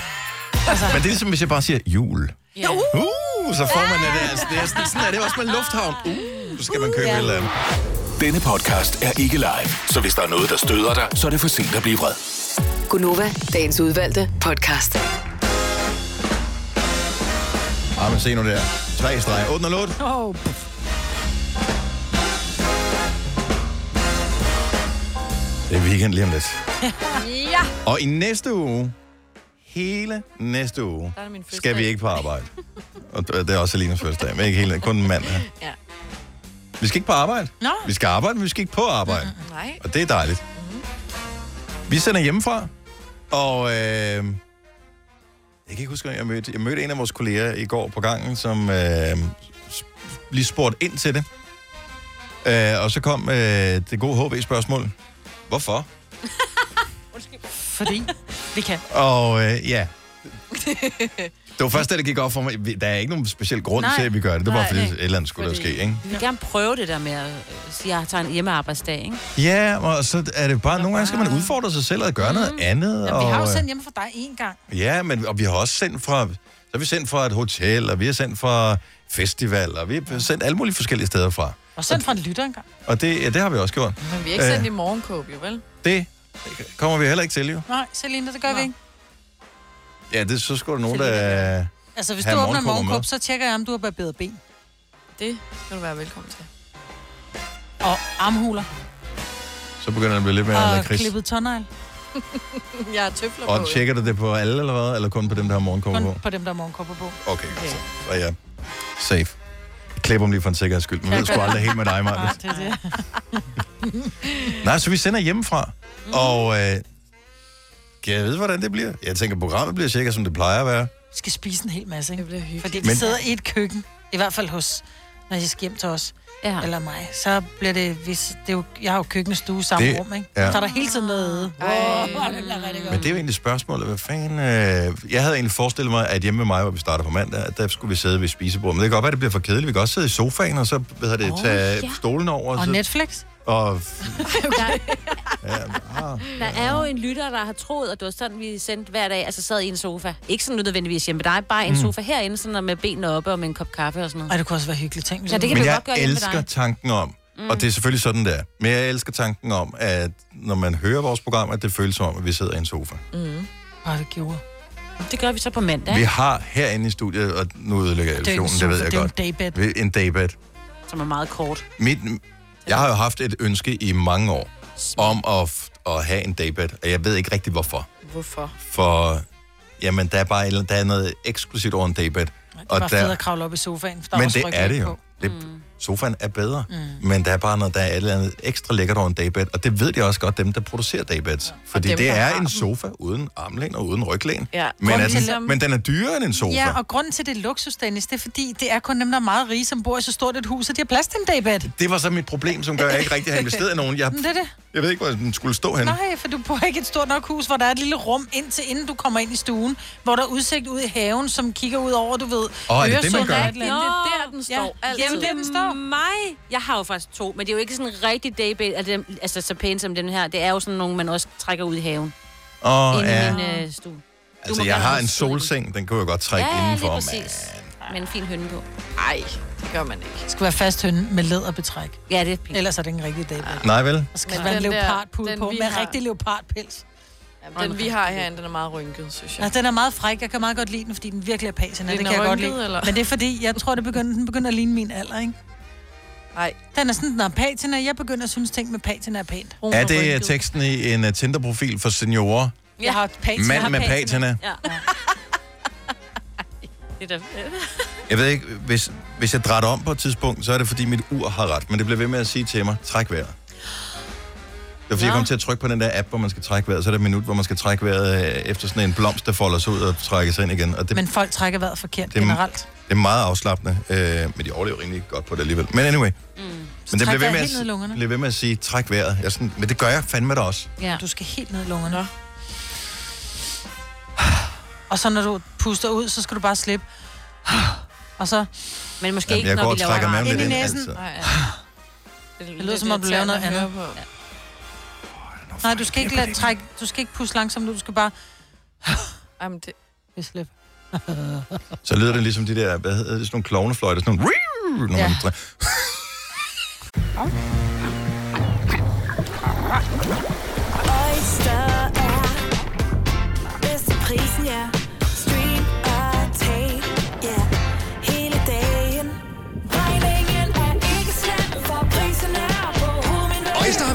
S2: Altså.
S1: Men det er ligesom, hvis jeg bare siger jul.
S2: Ja.
S1: Uh, så får man det. Altså, det er sådan, sådan er det også med lufthavn. Uh, så skal man købe
S6: ja.
S1: et eller andet.
S6: Denne podcast er ikke live, så hvis der er noget, der støder dig, så er det for sent at blive vred.
S5: Gunova, dagens udvalgte podcast.
S1: Ah, men se nu der. Tre streger. 8 og 8.
S2: Oh.
S1: Det er weekend lige om lidt.
S3: ja.
S1: Og i næste uge, hele næste uge,
S3: Der er det min fødselsdag.
S1: skal vi ikke på arbejde. Og det er også Alinas første dag, men ikke hele, kun mandag.
S3: Ja.
S1: Vi skal ikke på arbejde.
S2: Nå.
S1: Vi skal arbejde, men vi skal ikke på arbejde.
S3: Nej.
S1: Og det er dejligt. Vi sender hjemmefra, og øh, jeg kan ikke huske, hvem jeg mødte. Jeg mødte en af vores kolleger i går på gangen, som øh, s- lige spurgte ind til det. Øh, og så kom øh, det gode HV-spørgsmål. Hvorfor?
S2: Fordi vi kan.
S1: Og øh, ja, det var først, da det gik op for mig. vi- Der er ikke nogen speciel grund
S4: Nej.
S1: til, at vi gør det. Det var
S4: Nej.
S1: fordi et eller andet skulle der ske, ikke?
S4: Jeg vil gerne prøve det der med at øh, sige, at jeg tager en hjemmearbejdsdag, ikke?
S1: Ja, og så er det bare, nogle gange skal man udfordre sig selv og gøre noget
S2: Jamen,
S1: andet.
S2: vi har jo
S1: og, øh,
S2: sendt hjemme for dig én gang.
S1: Ja, men og vi har også sendt fra, så er vi sendt fra et hotel, og vi har sendt fra festival, og vi har sendt alle mulige forskellige steder fra.
S2: Og sendt fra en lytter engang.
S1: Og det, ja, det har vi også gjort.
S3: Men vi er ikke
S1: Øh,
S3: sendt i morgenkåb, jo vel?
S1: Det kommer vi heller ikke til, jo.
S2: Nej, Selina, det gør Nå. vi ikke.
S1: Ja, det, så skulle der nogen, der...
S2: Altså, hvis
S1: have
S2: du åbner en
S1: morgenkåber med.
S2: morgenkåb, så tjekker jeg, om du har barberet ben.
S3: Det skal du være velkommen til.
S2: Og armhuler.
S1: Så begynder det at blive lidt mere
S2: og
S1: lakrids.
S2: klippet tånegl.
S3: jeg har tøfler
S1: Og tjekker du det på alle, eller hvad? Eller kun på dem, der har morgenkåber på?
S2: Kun på dem, der har morgenkåber på.
S1: Okay, altså. godt. så. Så er jeg safe. Jeg klipper dem lige for en sikkerheds skyld. Man ved sgu aldrig helt med dig, Maja.
S2: Det er det.
S1: Nej, så vi sender hjemmefra. Mm. Og øh, kan jeg vide, hvordan det bliver? Jeg tænker, programmet bliver cirka, som det plejer at være.
S2: Vi skal spise en hel masse, ikke? Det bliver hyggeligt. Fordi vi
S1: Men-
S2: sidder i et køkken, i hvert fald hos, når de skal hjem til os, ja. eller mig, så bliver det, hvis, det er jo, jeg har jo køkkenstue samme
S1: Det-
S2: rum, ikke?
S1: ja.
S2: Ja. Så er der hele tiden noget æde. Wow, det bliver rigtig
S1: Men det er jo egentlig spørgsmålet, hvad fanden... Øh, jeg havde egentlig forestillet mig, at hjemme med mig, hvor vi starter på mandag, at der skulle vi sidde ved spisebordet. Men det kan godt være, at det bliver for kedeligt. Vi kan også sidde i sofaen, og så hvad hedder det, oh,
S2: Åh,
S4: ja.
S1: tage ja. stolen over.
S2: Og
S1: så,
S2: Netflix?
S1: og Ah.
S4: Der er jo en lytter, der har troet, at det var sådan, vi sendte hver dag, altså sad i en sofa. Ikke sådan nødvendigvis hjemme med dig, bare en
S1: Mm.
S4: sofa herinde, sådan med benene oppe og med en kop kaffe og sådan noget.
S2: Ej, det kunne også være hyggeligt ting.
S4: Ja, det kan
S1: men
S4: vi
S1: jeg
S4: godt gøre hjemme med
S1: elsker
S4: dig.
S1: tanken om, mm. og det er selvfølgelig sådan, der. men jeg elsker tanken om, at når man hører vores program, at det føles som om, at vi sidder i en sofa.
S4: Mm.
S2: Ej, det gjorde.
S4: Det gør vi så på mandag.
S1: Vi har herinde i studiet, og nu ødelægger jeg
S4: Det er jo ikke en
S1: illusionen, det ved
S4: sofa,
S1: jeg
S4: det er jo
S1: godt.
S4: en daybed.
S1: Vi- En daybed.
S4: Som er meget kort.
S1: Mit, jeg har jo haft et ønske i mange år om at, f- at have en daybed, og jeg ved ikke rigtig hvorfor.
S3: Hvorfor?
S1: For jamen, der er bare et eller- der er noget eksklusivt over en daybed.
S2: Det var fedt at kravle op i sofaen, for der
S1: men
S2: var
S1: det
S2: også
S1: er det
S2: ryglæn
S1: jo.
S2: på.
S1: Det, mm. Sofaen er bedre, mm. men der er bare noget, der er et eller andet ekstra lækkert over en daybed, og det ved de også godt, dem der producerer daybeds. Ja. Fordi
S2: dem,
S1: det
S2: der
S1: er
S2: har
S1: en
S2: dem.
S1: sofa uden armlæn og uden ryglæn.
S2: Ja.
S1: Men,
S2: Grunden
S1: er
S2: til,
S1: den,
S2: at-
S1: men den er dyrere end en sofa.
S2: Ja, og grunden til det er luksus, Dennis, det er fordi, det er kun dem, der er meget rige, som bor i så stort et hus, at de har plads til en dagbed.
S1: Det var så mit problem, som gør, at jeg ikke rigtig har investeret i nogen. Jeg,
S2: Men det er det.
S1: jeg ved ikke, hvor den skulle stå henne.
S2: Nej, for du bor ikke i et stort nok hus, hvor der er et lille rum indtil inden du kommer ind i stuen, hvor der er udsigt ud i haven, som kigger ud over, du ved,
S1: Åh, er det det, man gør?
S2: og et eller andet.
S4: det er der, den
S2: står altid.
S4: Jamen, det
S2: Det er
S4: er
S2: der, den
S4: står. mig. Jeg har jo faktisk to, men det er jo ikke sådan en rigtig daybed, altså, dem- altså så pæne som den her. Det er jo sådan nogle, man også trækker ud i haven.
S1: Og,
S4: Inden
S1: ja,
S4: min øh, stue.
S1: altså,
S4: må
S1: jeg
S4: gerne
S1: har
S4: have
S1: en solseng, den kunne jeg godt trække
S4: ja,
S1: indenfor.
S4: lige
S1: men-
S4: præcis. Med en fin hønne på.
S3: Nej, det gør man ikke.
S2: Det skal være fast hønne med læderbetræk.
S4: Ja, det er pænt.
S2: Ellers er det ikke en rigtig dagbed.
S1: Nej, vel?
S2: Og så skal der være en
S3: den der-
S2: leopardpud
S3: den
S2: på,
S3: vi
S2: med
S3: har-
S2: rigtig leopardpels.
S3: Jamen, den vi har herinde, den er meget rynket, synes jeg.
S2: Nej, den er meget fræk. Jeg kan meget godt lide den, fordi den virkelig er pæsen.
S3: Den
S2: Det kan
S3: er
S2: jeg godt
S3: rynket,
S2: lide.
S3: eller?
S2: Eller? Men det er fordi, jeg tror, det begynder, den begynder at ligne min alder, ikke?
S3: Nej.
S2: Den er sådan, den er patina. Jeg begynder at synes, ting med patina er pænt.
S1: Er det øh, teksten i en øh, Tinder-profil for seniorer?
S2: Jeg har patina.
S1: Mand med patina.
S4: Ja. det er da...
S1: Jeg ved ikke, hvis, hvis jeg drætter om på et tidspunkt, så er det fordi mit ur har ret, men det bliver ved med at sige til mig, træk vejret. Det er fordi, ja. jeg kom til at trykke på den der app, hvor man skal trække vejret, så er der et minut, hvor man skal trække vejret øh, efter sådan en blomst, der folder sig ud og trækker sig ind igen. Og det,
S2: Men folk trækker vejret forkert
S1: Det er-
S2: generelt.
S1: det er meget afslappende, øh, men de overlever rimelig godt på det alligevel. Men anyway, mm. men det
S2: træk
S1: bliver ved,
S2: vejret
S1: med at,
S2: helt ned i lungerne.
S1: s- bliver ved med at sige, træk vejret. Jeg er sådan, men det gør jeg fandme da også.
S2: Ja. Du skal helt ned i lungerne. Og så når du puster ud, så skal du bare slippe. Og så...
S4: Men måske
S1: Jamen, ikke, jeg når går vi og laver trækker maven
S2: ind
S1: lidt
S2: i
S1: ind,
S2: næsen.
S1: altså.
S2: Nej, ja.
S3: Det
S2: lyder som om, du laver noget andet. Nej, du skal ikke lade trække, du skal ikke puste langsomt nu, du skal bare...
S3: Jamen, det...
S2: Jeg slipper.
S1: Så lyder det ligesom de der, hvad hedder det, sådan nogle klovnefløjter, sådan nogle... Når man
S2: Ja.
S1: ja.
S17: Oyster er bedst til prisen, ja. Stream og tag, ja. Hele dagen. Regningen er ikke slem, for prisen er på
S6: Øjster har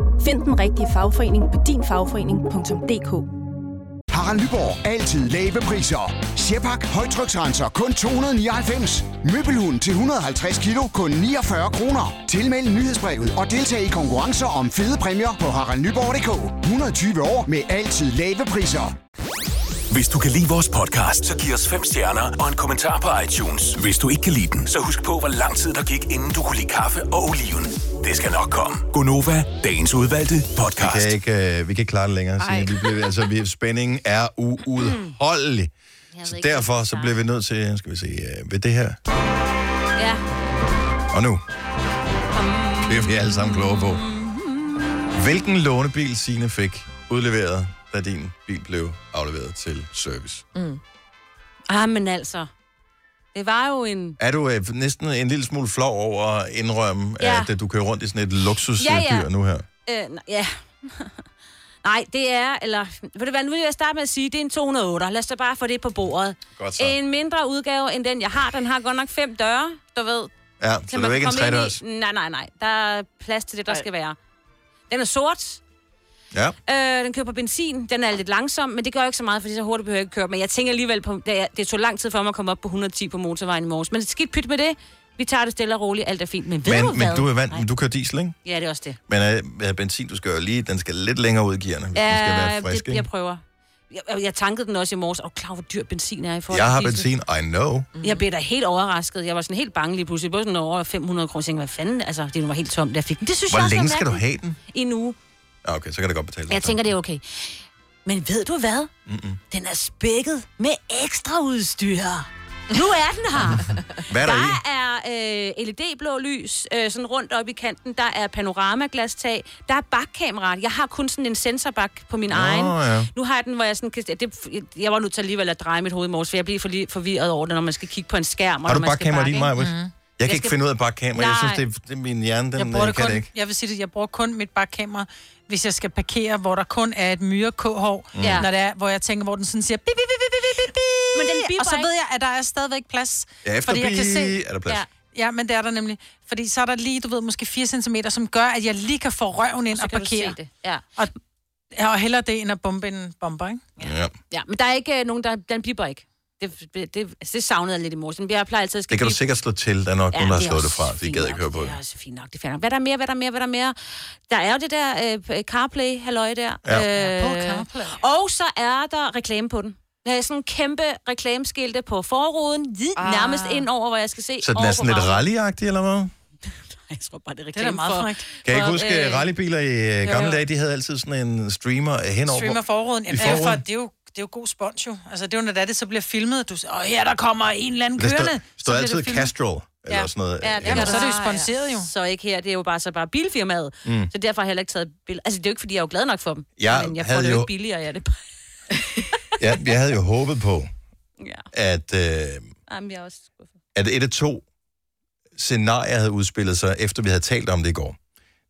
S18: Find den rigtige fagforening på dinfagforening.dk.
S19: Harald Nyborg. Altid lave priser. Sjehpak. Højtryksrenser. Kun 299. Møbelhund til 150 kilo. Kun 49 kroner. Tilmeld nyhedsbrevet og deltag i konkurrencer om fede præmier på haraldnyborg.dk. 120 år med altid lave priser.
S6: Hvis du kan lide vores podcast, så giv os fem stjerner og en kommentar på iTunes. Hvis du ikke kan lide den, så husk på, hvor lang tid der gik, inden du kunne lide kaffe og oliven. Det skal nok komme.
S1: Gonova, dagens udvalgte podcast. Vi kan ikke, øh, vi kan ikke klare det længere.
S6: Ej.
S1: Signe. Vi bliver, altså, vi, spændingen er uudholdelig.
S4: Mm.
S1: Så derfor så bliver vi nødt til, skal vi se, øh, ved det her.
S4: Ja.
S1: Og nu bliver vi alle sammen klogere på. Hvilken lånebil Signe fik udleveret, da din bil blev afleveret til service?
S4: Mm. Ah, men altså. Det var jo en...
S1: Er du øh, næsten en lille smule flov over at indrømme,
S4: Ja.
S1: ja. at øh, du kører rundt i sådan et luksusdyr
S4: Ja,
S1: ja,
S4: ja.
S1: ja. nu her?
S4: Øh, nej, ja. Nej, det er, eller... Ved du hvad, nu vil jeg starte med at sige, det er en 208. Lad os da bare få det på bordet.
S1: Godt så.
S4: En mindre udgave end den, jeg har. Den har godt nok fem døre, du ved.
S1: Ja, så det er jo ikke en
S4: komme ind i-
S1: tredørs.
S4: Nej, nej, nej. Der er plads til det, der skal være. Den er sort.
S1: Ja.
S4: Øh, den kører på benzin. Den er lidt langsom, men det gør ikke så meget, fordi så hurtigt behøver jeg ikke køre. Men jeg tænker alligevel på, det, er- det tog lang tid for mig at komme op på 110 på motorvejen i morges. Men skidt pyt med det. Vi tager det stille og roligt. Alt er fint. Men ved
S1: Men,
S4: du
S1: men
S4: hvad?
S1: du er vant, men du kører diesel, ikke?
S4: Ja, det er også det.
S1: Men øh, øh, benzin, du skal jo lige, den skal lidt længere ud i gearne, hvis den skal være
S4: Ja,
S1: frisk,
S4: det,
S1: ikke?
S4: jeg prøver. jeg, jeg tankede den også i morges. Og oh, klar, hvor dyr benzin er i forhold
S1: Jeg har
S4: til diesel. Mm.
S1: benzin, I know.
S4: Jeg blev da helt overrasket. Jeg var sådan helt bange lige pludselig. Både sådan over 500 kroner. Jeg tænkte, hvad fanden? Altså, det var helt tomt, der fik den. Det synes
S1: Hvor
S4: jeg også,
S1: længe
S4: jeg
S1: skal du
S4: mærker.
S1: have den?
S4: I en uge.
S1: Ja, Okay, så kan det godt betale sig.
S4: Jeg tænker, det er okay. Men ved du hvad?
S1: Mm-mm.
S4: Den er spækket med ekstra udstyr. Nu er den her.
S1: Hvad er der i?
S4: Der er øh, LED-blå lys, øh, sådan rundt op i kanten. Der er panoramaglas-tag. Der er bakkamera. Jeg har kun sådan en sensorbak på min Nå, egen.
S1: ja.
S4: Nu har jeg den, hvor jeg sådan kan... Det, jeg var nødt til alligevel at dreje mit hoved i morges, for jeg bliver for lige forvirret over det, når man skal kigge på en skærm. og
S1: Har
S4: når
S1: du
S4: man skal
S1: bakkamera i
S4: bakke,
S1: din,
S4: ikke? Mm-hmm.
S1: Maja? Jeg kan ikke
S4: skal-
S1: finde ud af bakkamera. Jeg synes,
S2: Nej.
S1: det, er- det er min hjerne, den
S2: jeg
S1: jeg
S2: bruger
S1: kan
S2: det
S1: det
S2: kun,
S1: ikke.
S2: jeg vil sige det, jeg bruger kun mit bakkamera, hvis jeg skal parkere, hvor der kun er et myre k-hår,
S4: Mm.
S2: mm.
S4: Ja.
S2: når det er, hvor jeg tænker, hvor den sådan siger, bip, bip, bip, bip, bip, bip, bip,
S4: Men den biber
S2: og så
S4: ikke.
S2: ved jeg, at der er stadigvæk plads.
S1: Ja, efter
S2: fordi jeg kan
S1: bi-
S2: se,
S1: er der plads.
S2: Ja. Ja, men det er der nemlig. Fordi så er der lige, du ved, måske 4 cm, som gør, at jeg lige kan få røven ind og,
S4: kan du
S2: parkere.
S4: se det, ja.
S2: Og, ja, og hellere det, end at bombe en bomber, ikke?
S1: Ja.
S4: Ja, men der er ikke øh, nogen, der... Den biber ikke. Det, det, altså, det savnede jeg lidt i morges. Men Jeg plejer altid at skal
S1: Det kan du
S4: bippe.
S1: sikkert slå til. Der er nok
S4: Ja,
S1: nogen, der har
S4: det er
S1: slået det
S4: også
S1: fra. De
S4: fint
S1: gad
S4: nok.
S1: ikke høre på det.
S4: Det er også fint nok. Det er fair nok. Hvad er der mere? Hvad er der mere? Hvad er der mere? Der er jo det der øh, CarPlay, halløj der.
S1: Ja.
S4: Øh, Og så er der reklame på den. Der er sådan en kæmpe reklameskilte på forruden, vid, ah. nærmest ind over, hvor jeg skal se.
S1: Så den er sådan lidt rallyagtig, eller hvad?
S4: Jeg tror bare, det er
S2: Det er da
S4: reklame
S2: meget
S4: for...
S2: frækt.
S1: Kan jeg ikke
S4: for,
S1: huske, at rallybiler i øh,
S2: jo,
S1: gamle
S2: jo.
S1: dage, de havde altid sådan en streamer øh, henover.
S2: Streamer forråden.
S1: I
S2: Jamen, det, er jo for,
S1: forruden.
S2: det, er jo, det er jo god spons jo. Altså, det er jo, når det, er, det så bliver filmet, og du siger, åh, her der kommer en eller anden
S1: Der
S2: kørende.
S1: stod,
S2: Så
S1: stod
S2: bliver det
S1: altid
S2: filmet.
S1: Castrol, eller sådan noget.
S4: Ja, det
S1: henover.
S4: kan
S2: så er det jo sponsoreret
S4: jo. Så ikke her, det er jo bare så bare bilfirmaet.
S1: Mm.
S4: Mm. Så derfor har jeg heller ikke taget billeder. Altså, det er jo ikke, fordi jeg er jo glad nok for dem.
S1: Jeg
S4: men jeg får
S1: havde
S4: det jo
S1: jo-
S4: ikke billigere af det.
S1: jeg, jeg havde jo håbet på,
S4: Ja.
S1: at, øh,
S4: Jamen, jeg er også...
S1: at et af to scenarier havde udspillet sig, efter vi havde talt om det i går.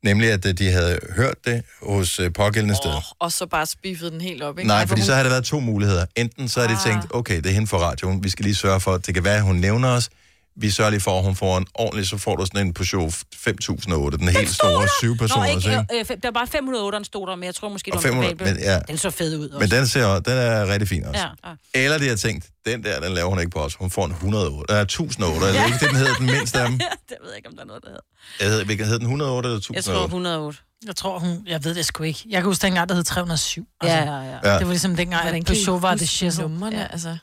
S1: Nemlig, at øh, de havde hørt det hos øh, pågældende oh, steder.
S3: Og så bare spiffede den helt op, ikke?
S1: Nej,
S3: Ej,
S1: fordi
S3: hvor
S1: så
S3: hun-
S1: har der været to muligheder. Enten så har de tænkt, okay, det er hende fra radioen, vi skal lige sørge for, at det kan være, at hun nævner os. Vi sørger lige for, at hun får en ordentlig, så får du sådan en Peugeot 5008, den helt store syv
S4: Nå,
S1: personer.
S4: ikke, øh, øh, der var 508'eren stod der, men jeg tror måske,
S1: Og
S4: det var
S1: 500
S4: med
S1: men ja.
S4: Den så fed ud også.
S1: Men den, ser, den er rigtig fin også.
S4: Ja. Ah.
S1: Ja. Eller de har tænkt, den der, den laver hun ikke på os. Hun får en 108, eller 1008, eller ikke det, den hedder den mindste af dem.
S4: det ved jeg ikke, om der er noget, der hedder.
S1: Jeg ved, hvilken hed den, 108 eller 1008?
S4: 108.
S2: Jeg tror hun, jeg ved det sgu ikke. Jeg kan huske dengang, der hed 307.
S4: Ja, ja,
S1: ja.
S2: Det var ligesom dengang,
S3: Hvordan
S2: at
S3: kan I
S2: Peugeot var
S3: huske
S2: det shizzle.
S3: numrene, altså?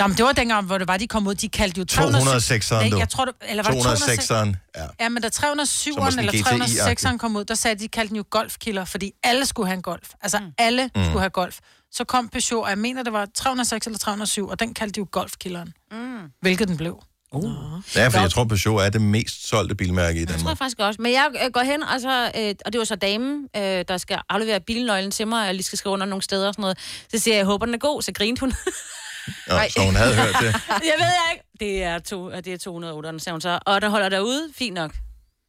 S2: Nå, men det var dengang, hvor det var, de kom ud, de kaldte jo
S1: 206'eren,
S2: Nej,
S1: du.
S2: Jeg tror, det, eller var det
S1: 206'eren, ja.
S2: Ja, men da
S1: Som var
S2: 307'eren
S1: sådan
S2: eller
S1: GTI-agtig.
S2: 306'eren kom ud, der sagde de, de kaldte den jo golfkilder, fordi alle skulle have en golf. Altså, alle
S1: Mm.
S2: mm. skulle have golf. Så kom Peugeot, og jeg mener, det var 306 eller 307, og den kaldte de jo golfkilleren. Mm. Hvilket den blev.
S4: Oh.
S1: Ja, for jeg tror, Peugeot er det mest solgte bilmærke i
S4: Jeg tror
S1: Danmark.
S4: jeg faktisk også. Men jeg øh, går hen, og, så, øh, og det var så damen, øh, der skal aflevere bilnøglen til mig, og jeg lige skal skrive under nogle steder og sådan noget. Så siger jeg, jeg håber, den er god, så grinte hun.
S1: Nå, så hun havde hørt det.
S4: jeg ved jeg ikke. Det er, to, øh, det er 208, sagde hun så. Og den holder derude, fint nok.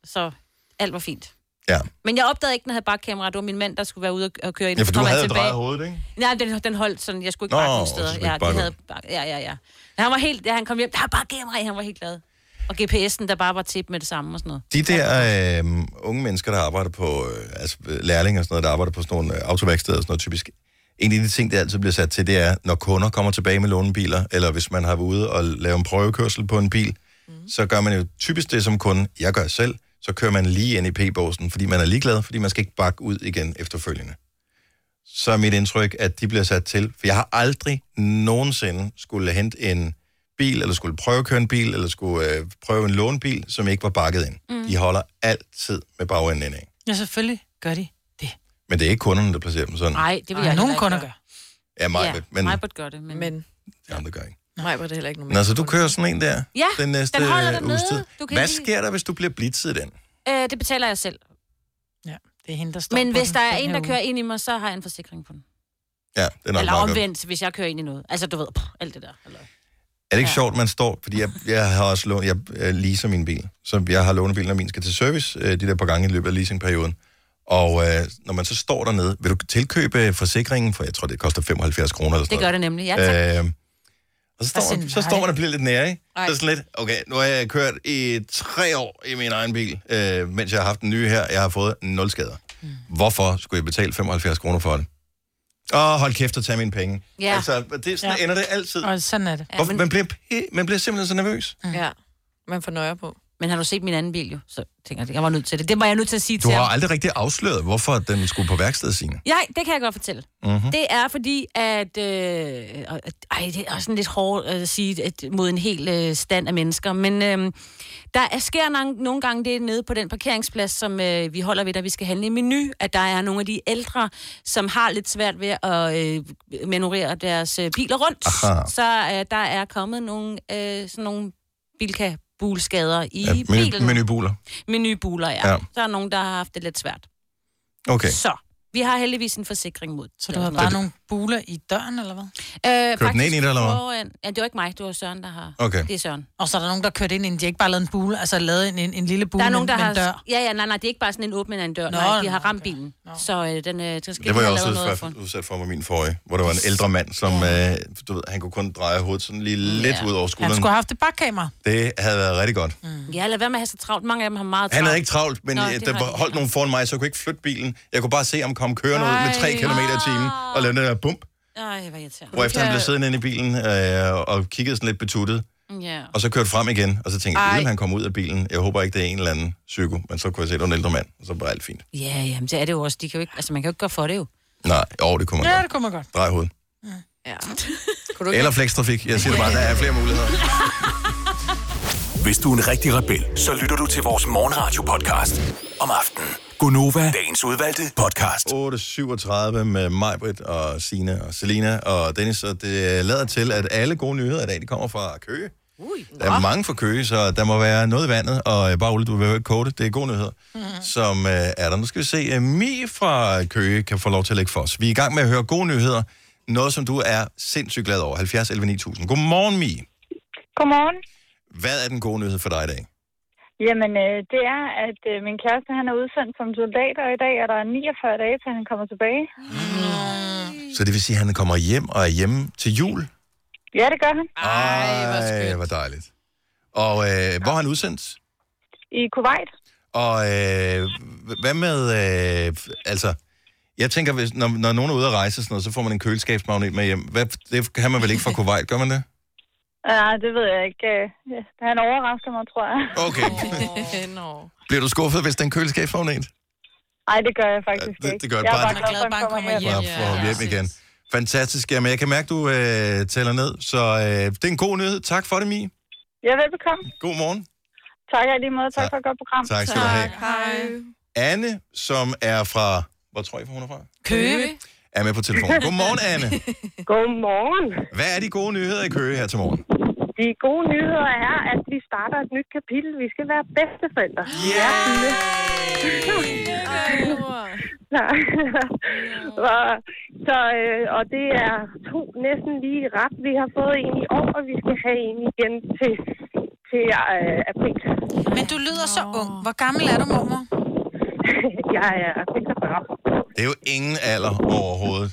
S4: Så alt var fint.
S1: Ja.
S4: Men jeg opdagede ikke, den havde bakkamera. Det var min mand, der skulle være ude og- og køre ind.
S1: Ja, for du
S4: Kom han
S1: havde
S4: tilbage.
S1: drejet hovedet, ikke?
S4: Nej, den, den holdt sådan, jeg skulle ikke
S1: Nå,
S4: bakke nogen
S1: så skulle
S4: steder.
S1: du
S4: Ja,
S1: ikke
S4: de
S1: bakke
S4: havde bak- ja, ja, ja. Men Han var helt, da han kom hjem, der er bare kamera i, han var helt glad. Og GPS'en, der bare var tip med det samme og sådan noget.
S1: De der øh, unge mennesker, der arbejder på, øh, altså øh, lærlinge og sådan noget, der arbejder på sådan nogle øh, autoværksteder og sådan noget typisk, en af de ting, der altid bliver sat til, det er, når kunder kommer tilbage med lånebiler, eller hvis man har været ude og lave en prøvekørsel på en bil, mm. så gør man jo typisk det som kunde, jeg gør selv, så kører man lige ind i p-båsen, fordi man er ligeglad, fordi man skal ikke bakke ud igen efterfølgende. Så er mit indtryk, at de bliver sat til, for jeg har aldrig nogensinde skulle hente en bil, eller skulle prøvekøre en bil, eller skulle øh, prøve en lånebil, som ikke var bakket ind. Mm.
S2: Mm.
S1: De holder altid med bagenden indad.
S2: Ja, selvfølgelig gør de.
S1: Men det er ikke kunderne, der placerer dem sådan.
S4: Nej, det vil
S2: Ej,
S4: jeg
S2: Nogle
S4: heller
S2: kunder
S4: ikke
S2: gør.
S1: Ja, mig, ja, men mig.
S4: Majbert gør det, men...
S3: men...
S1: Jamen, det gør ikke.
S3: Nej, var det heller ikke nogen
S1: Nå, så du kører sådan en der
S4: Ja,
S1: den næste
S4: den holder
S1: øh,
S4: dernede.
S1: uges tid.
S4: Du kan
S1: Hvad
S4: lige-
S1: sker der, hvis du bliver blitzet i den?
S4: Øh, det betaler jeg selv.
S2: Ja, det er hende, der står
S4: Men
S2: på
S4: hvis
S2: den
S4: der er
S2: den
S4: en,
S2: her
S4: der
S2: uge.
S4: kører ind i mig, så har jeg en forsikring på den.
S1: Ja, det er nok
S4: Eller
S1: meget godt.
S4: omvendt, hvis jeg kører ind i noget. Altså, du ved, pff, alt det der. Eller...
S1: Er det ikke ja. sjovt, man står, fordi jeg, jeg har også lånt, jeg, jeg leaser min bil, så jeg har lånet bilen, når min skal til service, øh, de der par gange i løbet af leasingperioden. Og øh, når man så står dernede, vil du tilkøbe forsikringen, for jeg tror, det koster 75 kroner eller sådan
S4: Det gør det nemlig, ja tak.
S1: Øh, og så står, man, så står man og bliver lidt nære, ikke? Så er det sådan lidt, okay, nu har jeg kørt i tre år i min egen bil, øh, mens jeg har haft den nye her. Jeg har fået nul skader. Mm. Hvorfor skulle jeg betale 75 kroner for det? Åh, hold kæft og tag mine penge.
S2: Ja.
S1: Altså, det er sådan ja. ender det altid.
S2: Og sådan er det.
S1: Ja, men... man, bliver, p- man bliver simpelthen så nervøs.
S3: Ja, man får nøje på.
S4: Men har du set min anden bil jo? Så tænker jeg, jeg var nødt til det. Det var jeg nødt til at sige
S1: Du
S4: til
S1: har
S4: ham.
S1: aldrig rigtig afsløret, hvorfor den skulle på værksted, Signe.
S4: Nej, det kan jeg godt fortælle.
S1: Mhm.
S4: Mm-hmm. Det er fordi, at... Øh, og- at- ej, det er også sådan lidt hårdt at sige at, mod en hel øh, stand af mennesker, men øh, der er, sker nogle, nogle gange det nede på den parkeringsplads, som øh, vi holder ved, da vi skal handle i menu, at der er nogle af de ældre, som har lidt svært ved at øh, manøvrere deres øh, biler rundt.
S1: Aha.
S4: Så øh, der er kommet nogle, øh, sådan nogle bilka-bulskader i ja, bilen.
S1: Menu, menubuler.
S4: Menubuler, ja.
S1: Ja.
S4: ja. Der er nogen, der har haft det lidt svært.
S1: Okay.
S4: Så. Vi har heldigvis en forsikring mod. Så
S2: du har bare nogle buler i døren, eller hvad?
S4: Øh,
S1: den ind i dig, eller hvad?
S4: Foran, ja, det var ikke mig, det var Søren, der har...
S1: Okay.
S4: Det er Søren.
S2: Og så er der nogen, der kørte ind, inden de ikke bare lavede en bule, altså lavede en, en, en lille bule
S4: der er nogen, der
S2: med,
S4: har...
S2: en dør.
S4: Ja, ja, nej, nej, det er ikke bare sådan en åbning af en dør.
S2: Nå,
S4: Nå, nej, de
S2: nå,
S4: har ramt bilen. Så øh, den øh, der skal
S1: Det var jeg
S4: ikke
S1: også
S4: have lavet noget
S1: udsat
S4: for.
S1: for, udsat for med min forrige, hvor der var en ældre mand, som øh, du ved, han kunne kun dreje hovedet sådan lige lidt ud over skulderen.
S4: Mm. Han skulle have haft et bakkamera.
S1: Det havde været rigtig godt.
S4: Mm. Ja, lad være med at have så travlt. Mange af dem har meget travlt.
S1: Han havde ikke travlt, men
S4: Nå,
S1: Nå,
S4: det
S1: der
S4: har
S1: var,
S4: de.
S1: holdt nogen foran mig, så jeg kunne ikke flytte bilen. Jeg kunne bare se ham komme kørende ud med 3 km i timen
S4: Ah.
S1: og lave den der bump,
S4: Ej, hvor irriterende.
S1: hvorefter han blev siddende inde i bilen øh, og kiggede sådan lidt betuttet.
S4: Ja.
S1: Og så kørte frem igen, og så tænkte jeg,
S4: Ej.
S1: at han kom ud af bilen. Jeg håber ikke, det er en eller anden psyko, men så kunne jeg se, at det var en ældre mand, og så var alt fint.
S4: Ja, jamen, det er det jo også. De kan jo ikke, altså, man kan jo ikke gøre for det jo.
S1: Nej, jo, det kunne man
S4: Ja,
S1: godt.
S4: det kunne man godt.
S1: Drej hovedet.
S4: Ja.
S1: Eller flekstrafik. Jeg siger det bare, der er flere muligheder.
S6: Hvis du er en rigtig rebel, så lytter du til vores morgenradio-podcast om aftenen. Gunova, dagens udvalgte podcast.
S1: 8.37 med Majbrit og Sina og Selina og Dennis, og det lader til, at alle gode nyheder i dag, de kommer fra Køge.
S4: Ui.
S1: Der er mange fra Køge, så der må være noget i vandet, og øh, bare Ole, du vil jo ikke kode det. Det er gode nyheder, mm-hmm. som øh, er der. Nu skal vi se, øh, Mi fra Køge kan få lov til at lægge for os. Vi er i gang med at høre gode nyheder. Noget, som du er sindssygt glad over. 70 11 9000. Godmorgen, Mi.
S20: Godmorgen.
S1: Hvad er den gode nyhed for dig i dag?
S20: Jamen, øh, det er, at øh, min kæreste, han er udsendt som soldat, og i dag er der 49 dage, til han kommer tilbage.
S1: Så det vil sige, at han kommer hjem og er hjemme til jul?
S20: Ja, det gør han.
S1: Ej, hvor skønt. hvor dejligt. Og øh, hvor har han udsendt?
S20: I Kuwait.
S1: Og øh, h- hvad med, øh, f- altså, jeg tænker, hvis, når, når nogen er ude at rejse og sådan noget, så får man en køleskabsmagnet med hjem. Hvad, det kan man vel ikke fra Kuwait, gør man det?
S20: Ja, det ved jeg ikke. øh, ja, Han overrasker mig, tror jeg.
S1: Okay.
S20: Nå.
S1: Bliver du skuffet, hvis den køleskabsmagnet?
S20: Ej, det gør jeg faktisk
S1: det-
S20: ikke.
S1: det gør
S20: jeg
S1: bare-
S20: er bare glad for, at han kommer hjem.
S1: Bare for hjem igen. Fantastisk. Jamen, jeg kan mærke, du øh, tæller ned, så øh, det er en god nyhed. Tak for det, Mi.
S20: Ja, velbekomme.
S1: God morgen.
S20: Tak og i lige måde. Tak for et godt program.
S1: Tak skal du have.
S20: Hej.
S1: Anne, som er fra, hvor tror jeg, hun er fra?
S20: Køge.
S1: Er med på telefonen. Godmorgen, Anne.
S14: Godmorgen.
S1: Hvad er de gode nyheder i Køge her til morgen?
S14: De gode nyheder er, at vi starter et nyt kapitel. Vi skal være bedsteforældre. Ja! og, så, øh, og det er to næsten lige ret. Vi har fået en i år, og vi skal have en igen til, til øh, april.
S2: Men du lyder så ung. Hvor gammel er du, mormor?
S14: jeg er 46.
S1: Det er jo ingen alder overhovedet.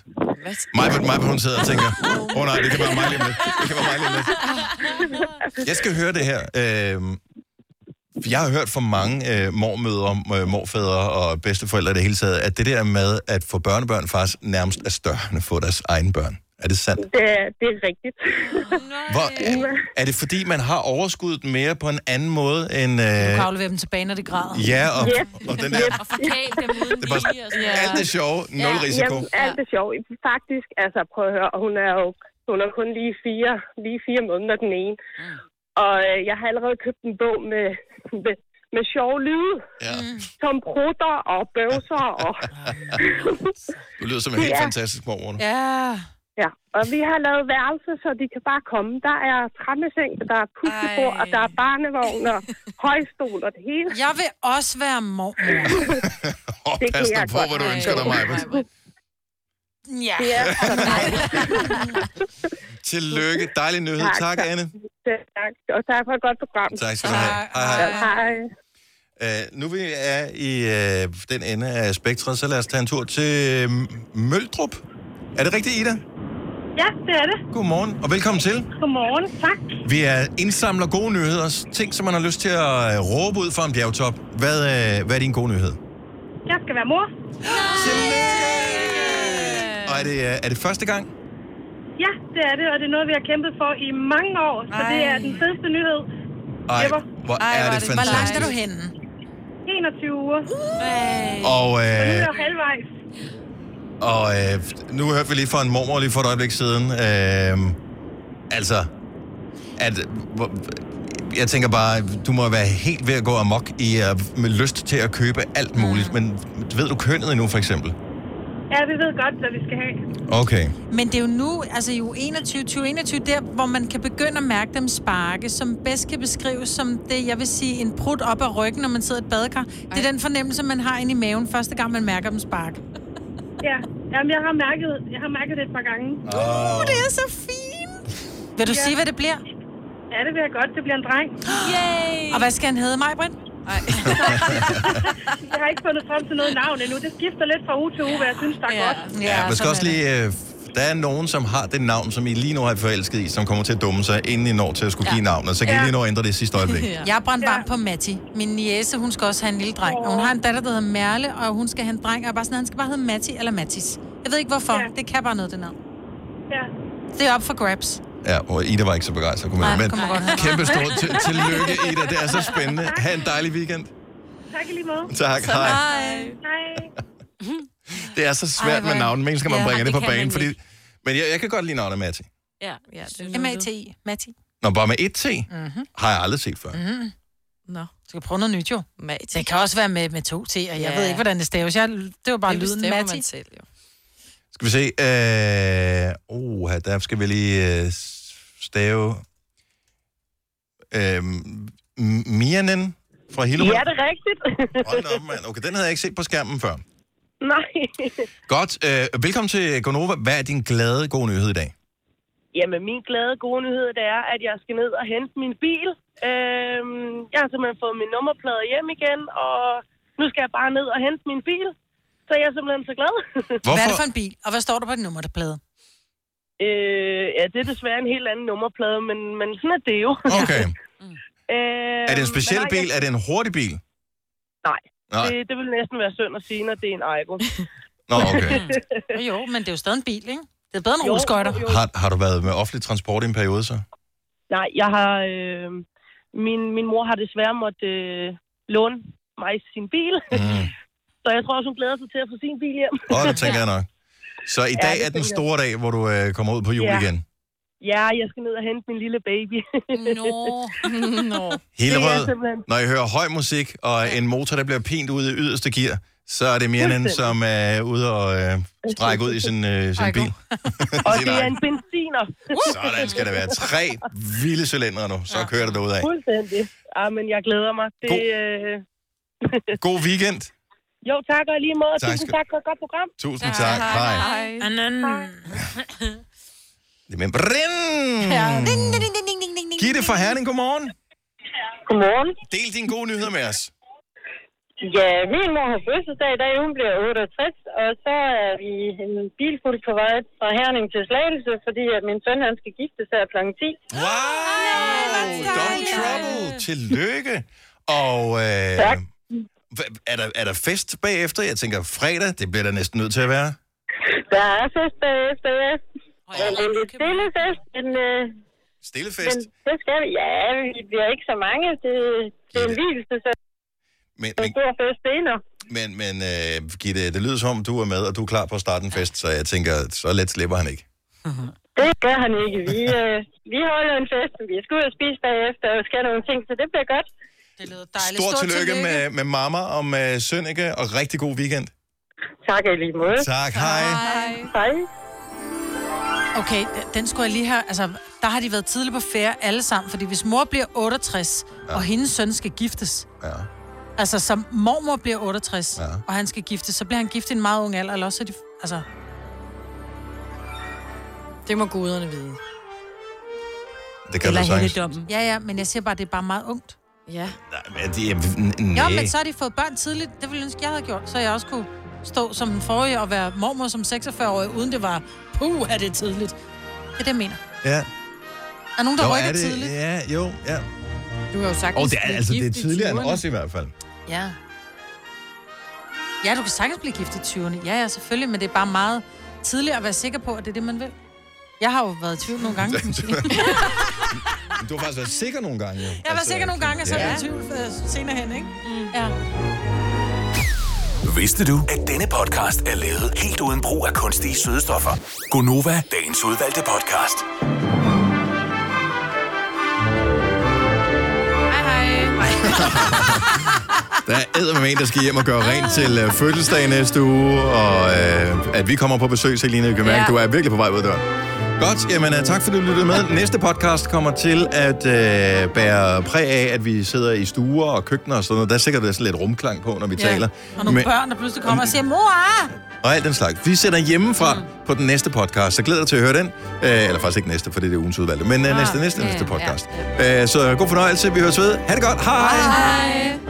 S1: Majbert, Majbert, hun sidder og tænker, åh oh, nej, det kan være mig lige om lidt. Det kan være mig lige om lidt. Jeg skal høre det her. Øhm, jeg har hørt fra mange øh, mormødre, øh, morfædre og bedsteforældre i det hele taget, at det der med at få børnebørn faktisk nærmest er større end at få deres egne børn. Er det sandt?
S14: Det, er- det er rigtigt.
S1: Hvor, er, er det fordi, man har overskuddet mere på en anden måde end...
S2: Du
S1: Øh,
S2: kan aflevere dem tilbage, når de græder.
S1: Ja, og- Yes. og den der-
S2: Og forkæle dem uden
S1: Det er bare-
S2: lige og sådan.
S1: alt det sjove, nul risiko.
S14: Jamen, alt det sjove. Faktisk, altså prøv at høre, og hun er jo hun er kun lige fire, lige fire måneder den ene.
S1: Ah.
S14: Og øh, jeg har allerede købt en bog med, med, med sjove lyde.
S1: Ja.
S14: Som prutter og bøvser og...
S1: Ah, Du lyder som en helt
S14: Ja.
S1: fantastisk mormor.
S14: Ja. Ja, og vi har lavet værelser, så de kan bare komme. Der er trammeseng, der er puslebord, og der er barnevogn og højstol og det hele.
S2: Jeg vil også være mormor.
S1: Åh,
S14: det
S1: pas
S14: kan
S1: nu
S14: jeg
S1: på,
S14: godt
S1: hvad du
S14: forstå.
S1: ønsker dig, Majbert.
S2: Ja.
S1: Tillykke. Dejlig nyhed. Tak, Anne.
S14: Selv Tak, og tak for et godt program.
S1: Tak skal du have. Tak. Hej, hej.
S14: hej.
S1: Uh, nu vi er i uh, den ende af spektret, så lad os tage en tur til uh, Møldrup. Er det rigtigt, Ida?
S14: Ja, det er det.
S1: Godmorgen, og velkommen til.
S14: Godmorgen, tak.
S1: Vi er indsamler gode nyheder. Ting, som man har lyst til at øh, råbe ud fra en bjergtop. Hvad, uh, hvad er din gode nyhed?
S14: Jeg skal være mor.
S1: Og er det, uh, er det første gang?
S14: Ja, det er det, og det er noget, vi har kæmpet for i mange år, så det er den fedeste nyhed.
S1: Ej,
S21: Jepper.
S1: hvor Ej, er hvor er det det fantastisk.
S2: Hvor langt er du henne?
S21: 21 uger.
S1: Og,
S21: Så nu
S1: øh,
S21: er jeg jo halvvejs.
S1: Og øh, nu hørte vi lige fra en mormor lige for et øjeblik siden. Øh, altså, at... hvor- Jeg tænker bare, du må være helt ved at gå amok i, øh, med lyst til at købe alt muligt. Mm. Men ved du kønnet endnu, for eksempel?
S21: Ja, vi ved godt, hvad vi skal have.
S1: Okay.
S2: Men det er jo nu, altså i uge 21, 2021, der hvor man kan begynde at mærke dem sparke, som bedst kan beskrives som det, jeg vil sige, en prut op af ryggen, når man sidder i et badekar. Det er den fornemmelse, man har inde i maven, første gang man mærker dem sparke.
S21: Ja, jamen, jeg har mærket, jeg har mærket det et par gange.
S1: Åh,
S21: det er så fint!
S2: Vil du sige, hvad det bliver?
S21: Ja, det vil jeg godt. Det bliver en dreng.
S2: Yay! Og hvad skal han hedde, mig, Britt?
S21: Jeg har ikke fundet frem til noget navn endnu. Det skifter lidt fra uge til uge, hvad jeg synes, der er ja. godt.
S1: Ja, man skal også lige... Øh, der er nogen, som har det navn, som I lige nu har forelsket i, som kommer til at dumme sig, inden I når til at skulle
S2: Ja.
S1: give navnet. Så kan
S2: Ja.
S1: I lige nå at ændre det i sidste øjeblik.
S2: Jeg er brændt varm på Matti. Min niece, hun skal også have en lille dreng. Og hun har en datter, der hedder Merle, og hun skal have en dreng. Og jeg er bare sådan, han skal bare hedde Matti eller Mattis. Jeg ved ikke hvorfor. Ja. Det kan bare noget, det navn.
S21: Ja.
S2: Det er op for grabs.
S1: Ja, og Ida var ikke så begejstret, kunne man.
S2: Nej,
S1: Men
S2: kunne man godt høre.
S1: kæmpe stor til- tillykke, Ida. Det er så spændende. Ha' en dejlig weekend.
S21: Tak i lige måde.
S1: Tak, hej.
S21: Hej.
S1: Det er så
S2: Ej,
S1: svært
S2: hvor
S1: med
S2: er-
S1: navn. Mennesker, man
S2: Ja,
S1: bringer
S2: det
S1: det på
S2: kan man
S1: banen. Fordi... Men jeg, jeg kan godt lide navnet Matti.
S2: Ja, ja det er M-A-T-I. Matti.
S1: Nå, bare med et T
S2: Mhm.
S1: har jeg aldrig set før.
S2: Mm. Nå. Du skal prøve noget nyt, jo. Mati. Det kan også være med, med to T, og jeg
S3: Ja.
S2: ved ikke, hvordan det staves. Jeg, det var bare
S3: Det
S2: det lyden
S3: bestemmer
S2: Matti.
S3: man
S2: Selv, jo.
S1: Skal vi se. Øh... Oh, der skal vi lige øh, stave... Øh, M- Mianen fra Hillerød.
S21: Ja, det er rigtigt.
S1: Hold da op, mand. Okay, den havde jeg ikke set på skærmen før.
S21: Nej.
S1: Godt. Øh, velkommen til Gonova. Hvad er din glade, gode nyhed i dag?
S21: Jamen, min glade gode nyhed, det er, at jeg skal ned og hente min bil. Øhm, jeg har simpelthen fået min nummerplade hjem igen, og nu skal jeg bare ned og hente min bil. Så jeg er simpelthen så glad.
S2: Hvad er det for en bil, og hvad står der på din nummerplade?
S21: Øh, ja, det er desværre en helt anden nummerplade, men, men sådan er det jo.
S1: Okay. Mm.
S21: øh,
S1: Er det en speciel bil? Er det en hurtig bil?
S21: Nej.
S1: Nej.
S21: Det, det vil næsten være synd at sige, når det er en Aigo.
S1: Nå, okay.
S2: Oh, jo, men det er jo stadig en bil, ikke? Det er bedre end rulleskøjter.
S1: Har, har du været med offentlig transport i en periode så?
S21: Nej, jeg har... Øh, min, min mor har desværre måttet øh, låne mig sin bil.
S1: Mm.
S21: Så jeg tror også, hun glæder sig til at få sin bil hjem.
S1: Åh, det tænker jeg nok. Så i
S21: Ja,
S1: dag
S21: det
S1: er den
S21: tænker jeg.
S1: store dag, hvor du øh, kommer ud på jul
S21: Ja.
S1: igen.
S21: Ja, jeg skal ned og hente min lille baby. Nå. Nå.
S1: Hillerød, når I hører høj musik og en motor, der bliver pint ude i yderste gear, så er det Mirnan,
S21: Fuldstændig.
S1: som er ude og øh, strække ud i sin, øh, sin
S21: Ej, god.
S1: bil.
S21: Og
S1: Sin
S21: det er
S1: egen.
S21: en benziner.
S1: Sådan skal det være. Tre vilde cylindre nu, så kører det derudad.
S21: Fuldstændig. Ja, men jeg glæder mig. Det, øh...
S1: God weekend.
S21: Jo, tak og i lige måde.
S1: Tak
S21: Tusind
S1: skal-
S21: tak for et godt program.
S1: Tusind tak. Hej.
S2: Anan.
S1: Det er med Brind.
S2: Ja. Ding, ding,
S1: ding, ding, ding, ding, Gitte fra Herning, godmorgen.
S22: Godmorgen.
S1: Del dine gode nyheder med os.
S22: Ja, min mor har fødselsdag i dag. Hun bliver 68, og så er vi en bilfuld på vej fra Herning til Slagelse, fordi at min søn han skal gifte sig kl. 10.
S1: Wow! Double trouble. Øh. Tillykke. Og øh,
S22: Tak.
S1: hva- er, der, er der fest bagefter? Jeg tænker, fredag, det bliver der næsten nødt til at være.
S22: Der er fest bagefter, ja. Men det er lidt stille fest, men... Øh,
S1: stille fest?
S22: Men det skal vi. Ja, vi bliver ikke så mange. Det, det er en hvilelse, så
S1: Men,
S22: men, stor fest senere.
S1: Men, men øh, Gitte, det lyder som om, du er med, og du er klar på at starte en fest, så jeg tænker, så let slipper han ikke.
S22: Det gør han ikke. Vi, øh, vi holder en fest, og vi skal ud og spise bagefter, og skal nogle ting, så det bliver godt.
S2: Det lyder
S1: Stort, Stort tillykke, tillykke. Med, med mamma og med Sønneke, og rigtig god weekend.
S22: Tak i lige måde.
S1: Tak, hej.
S22: Hej.
S2: Okay, d- den skulle jeg lige have... Altså, der har de været tidligt på ferie alle sammen, fordi hvis mor bliver 68, ja. og hendes søn skal giftes...
S1: Ja.
S2: Altså, som mormor bliver 68, ja. og han skal giftes, så bliver han gift i en meget ung alder, eller også er de... Altså... Det må guderne vide.
S1: Det kan du sagtens.
S2: Ja, ja, men jeg siger bare, det er bare meget ungt. Ja.
S1: Ja, det er, n-
S2: Jo,
S1: næh.
S2: men så har de fået børn tidligt. Det ville jeg ønske, jeg havde gjort, så jeg også kunne stå som den forrige og være mormor som 46-årig, uden det var, puh, er det tidligt. Det er det, jeg mener.
S1: Ja.
S2: Der er nogen, der
S1: Jo,
S2: rykker
S1: er det-
S2: tidligt.
S1: Ja, jo, ja.
S3: Du har jo sagt,
S1: Og det er, altså, det er tidligere end os i hvert fald.
S2: Ja. Ja, du kan sagtens blive gift i 20'erne. Ja, ja, selvfølgelig, men det er bare meget tidligt at være sikker på, at det er det, man vil. Jeg har jo været i tvivl nogle gange. kan man sige.
S1: Men Du har faktisk været sikker nogle gange. jo.
S2: Jeg var
S1: Altså,
S2: sikker nogle gange, og så er
S1: ja.
S2: jeg i tvivl øh, senere hen, ikke? Mm. Ja.
S6: Vidste du, at denne podcast er lavet helt uden brug af kunstige sødestoffer? Gonova, dagens udvalgte podcast.
S1: Der er eddermame en, der skal hjem og gøre rent til øh, fødselsdag næste uge, og øh, at vi kommer på besøg, Selina, vi kan mærke,
S8: Ja.
S1: ja. du er virkelig på vej ud af døren. Godt, jamen øh, tak fordi du lyttede med. Næste podcast kommer til at øh, bære præg af, at vi sidder i stuer og køkkener og sådan noget. Der er sikkert sådan lidt rumklang på, når vi taler.
S2: Og nogle børn, der pludselig kommer og siger, mor! ah!"
S1: og alt den slags. Vi sender hjemmefra mm. på den næste podcast, så glæder dig til at høre den. Øh, eller faktisk ikke næste, for det er ugens
S2: Ah,
S1: Ah, udvalgte, men øh, næste, næste, næste podcast. Øh, så god fornøjelse, vi høres ved. Ha' det godt, hej!
S17: Hej.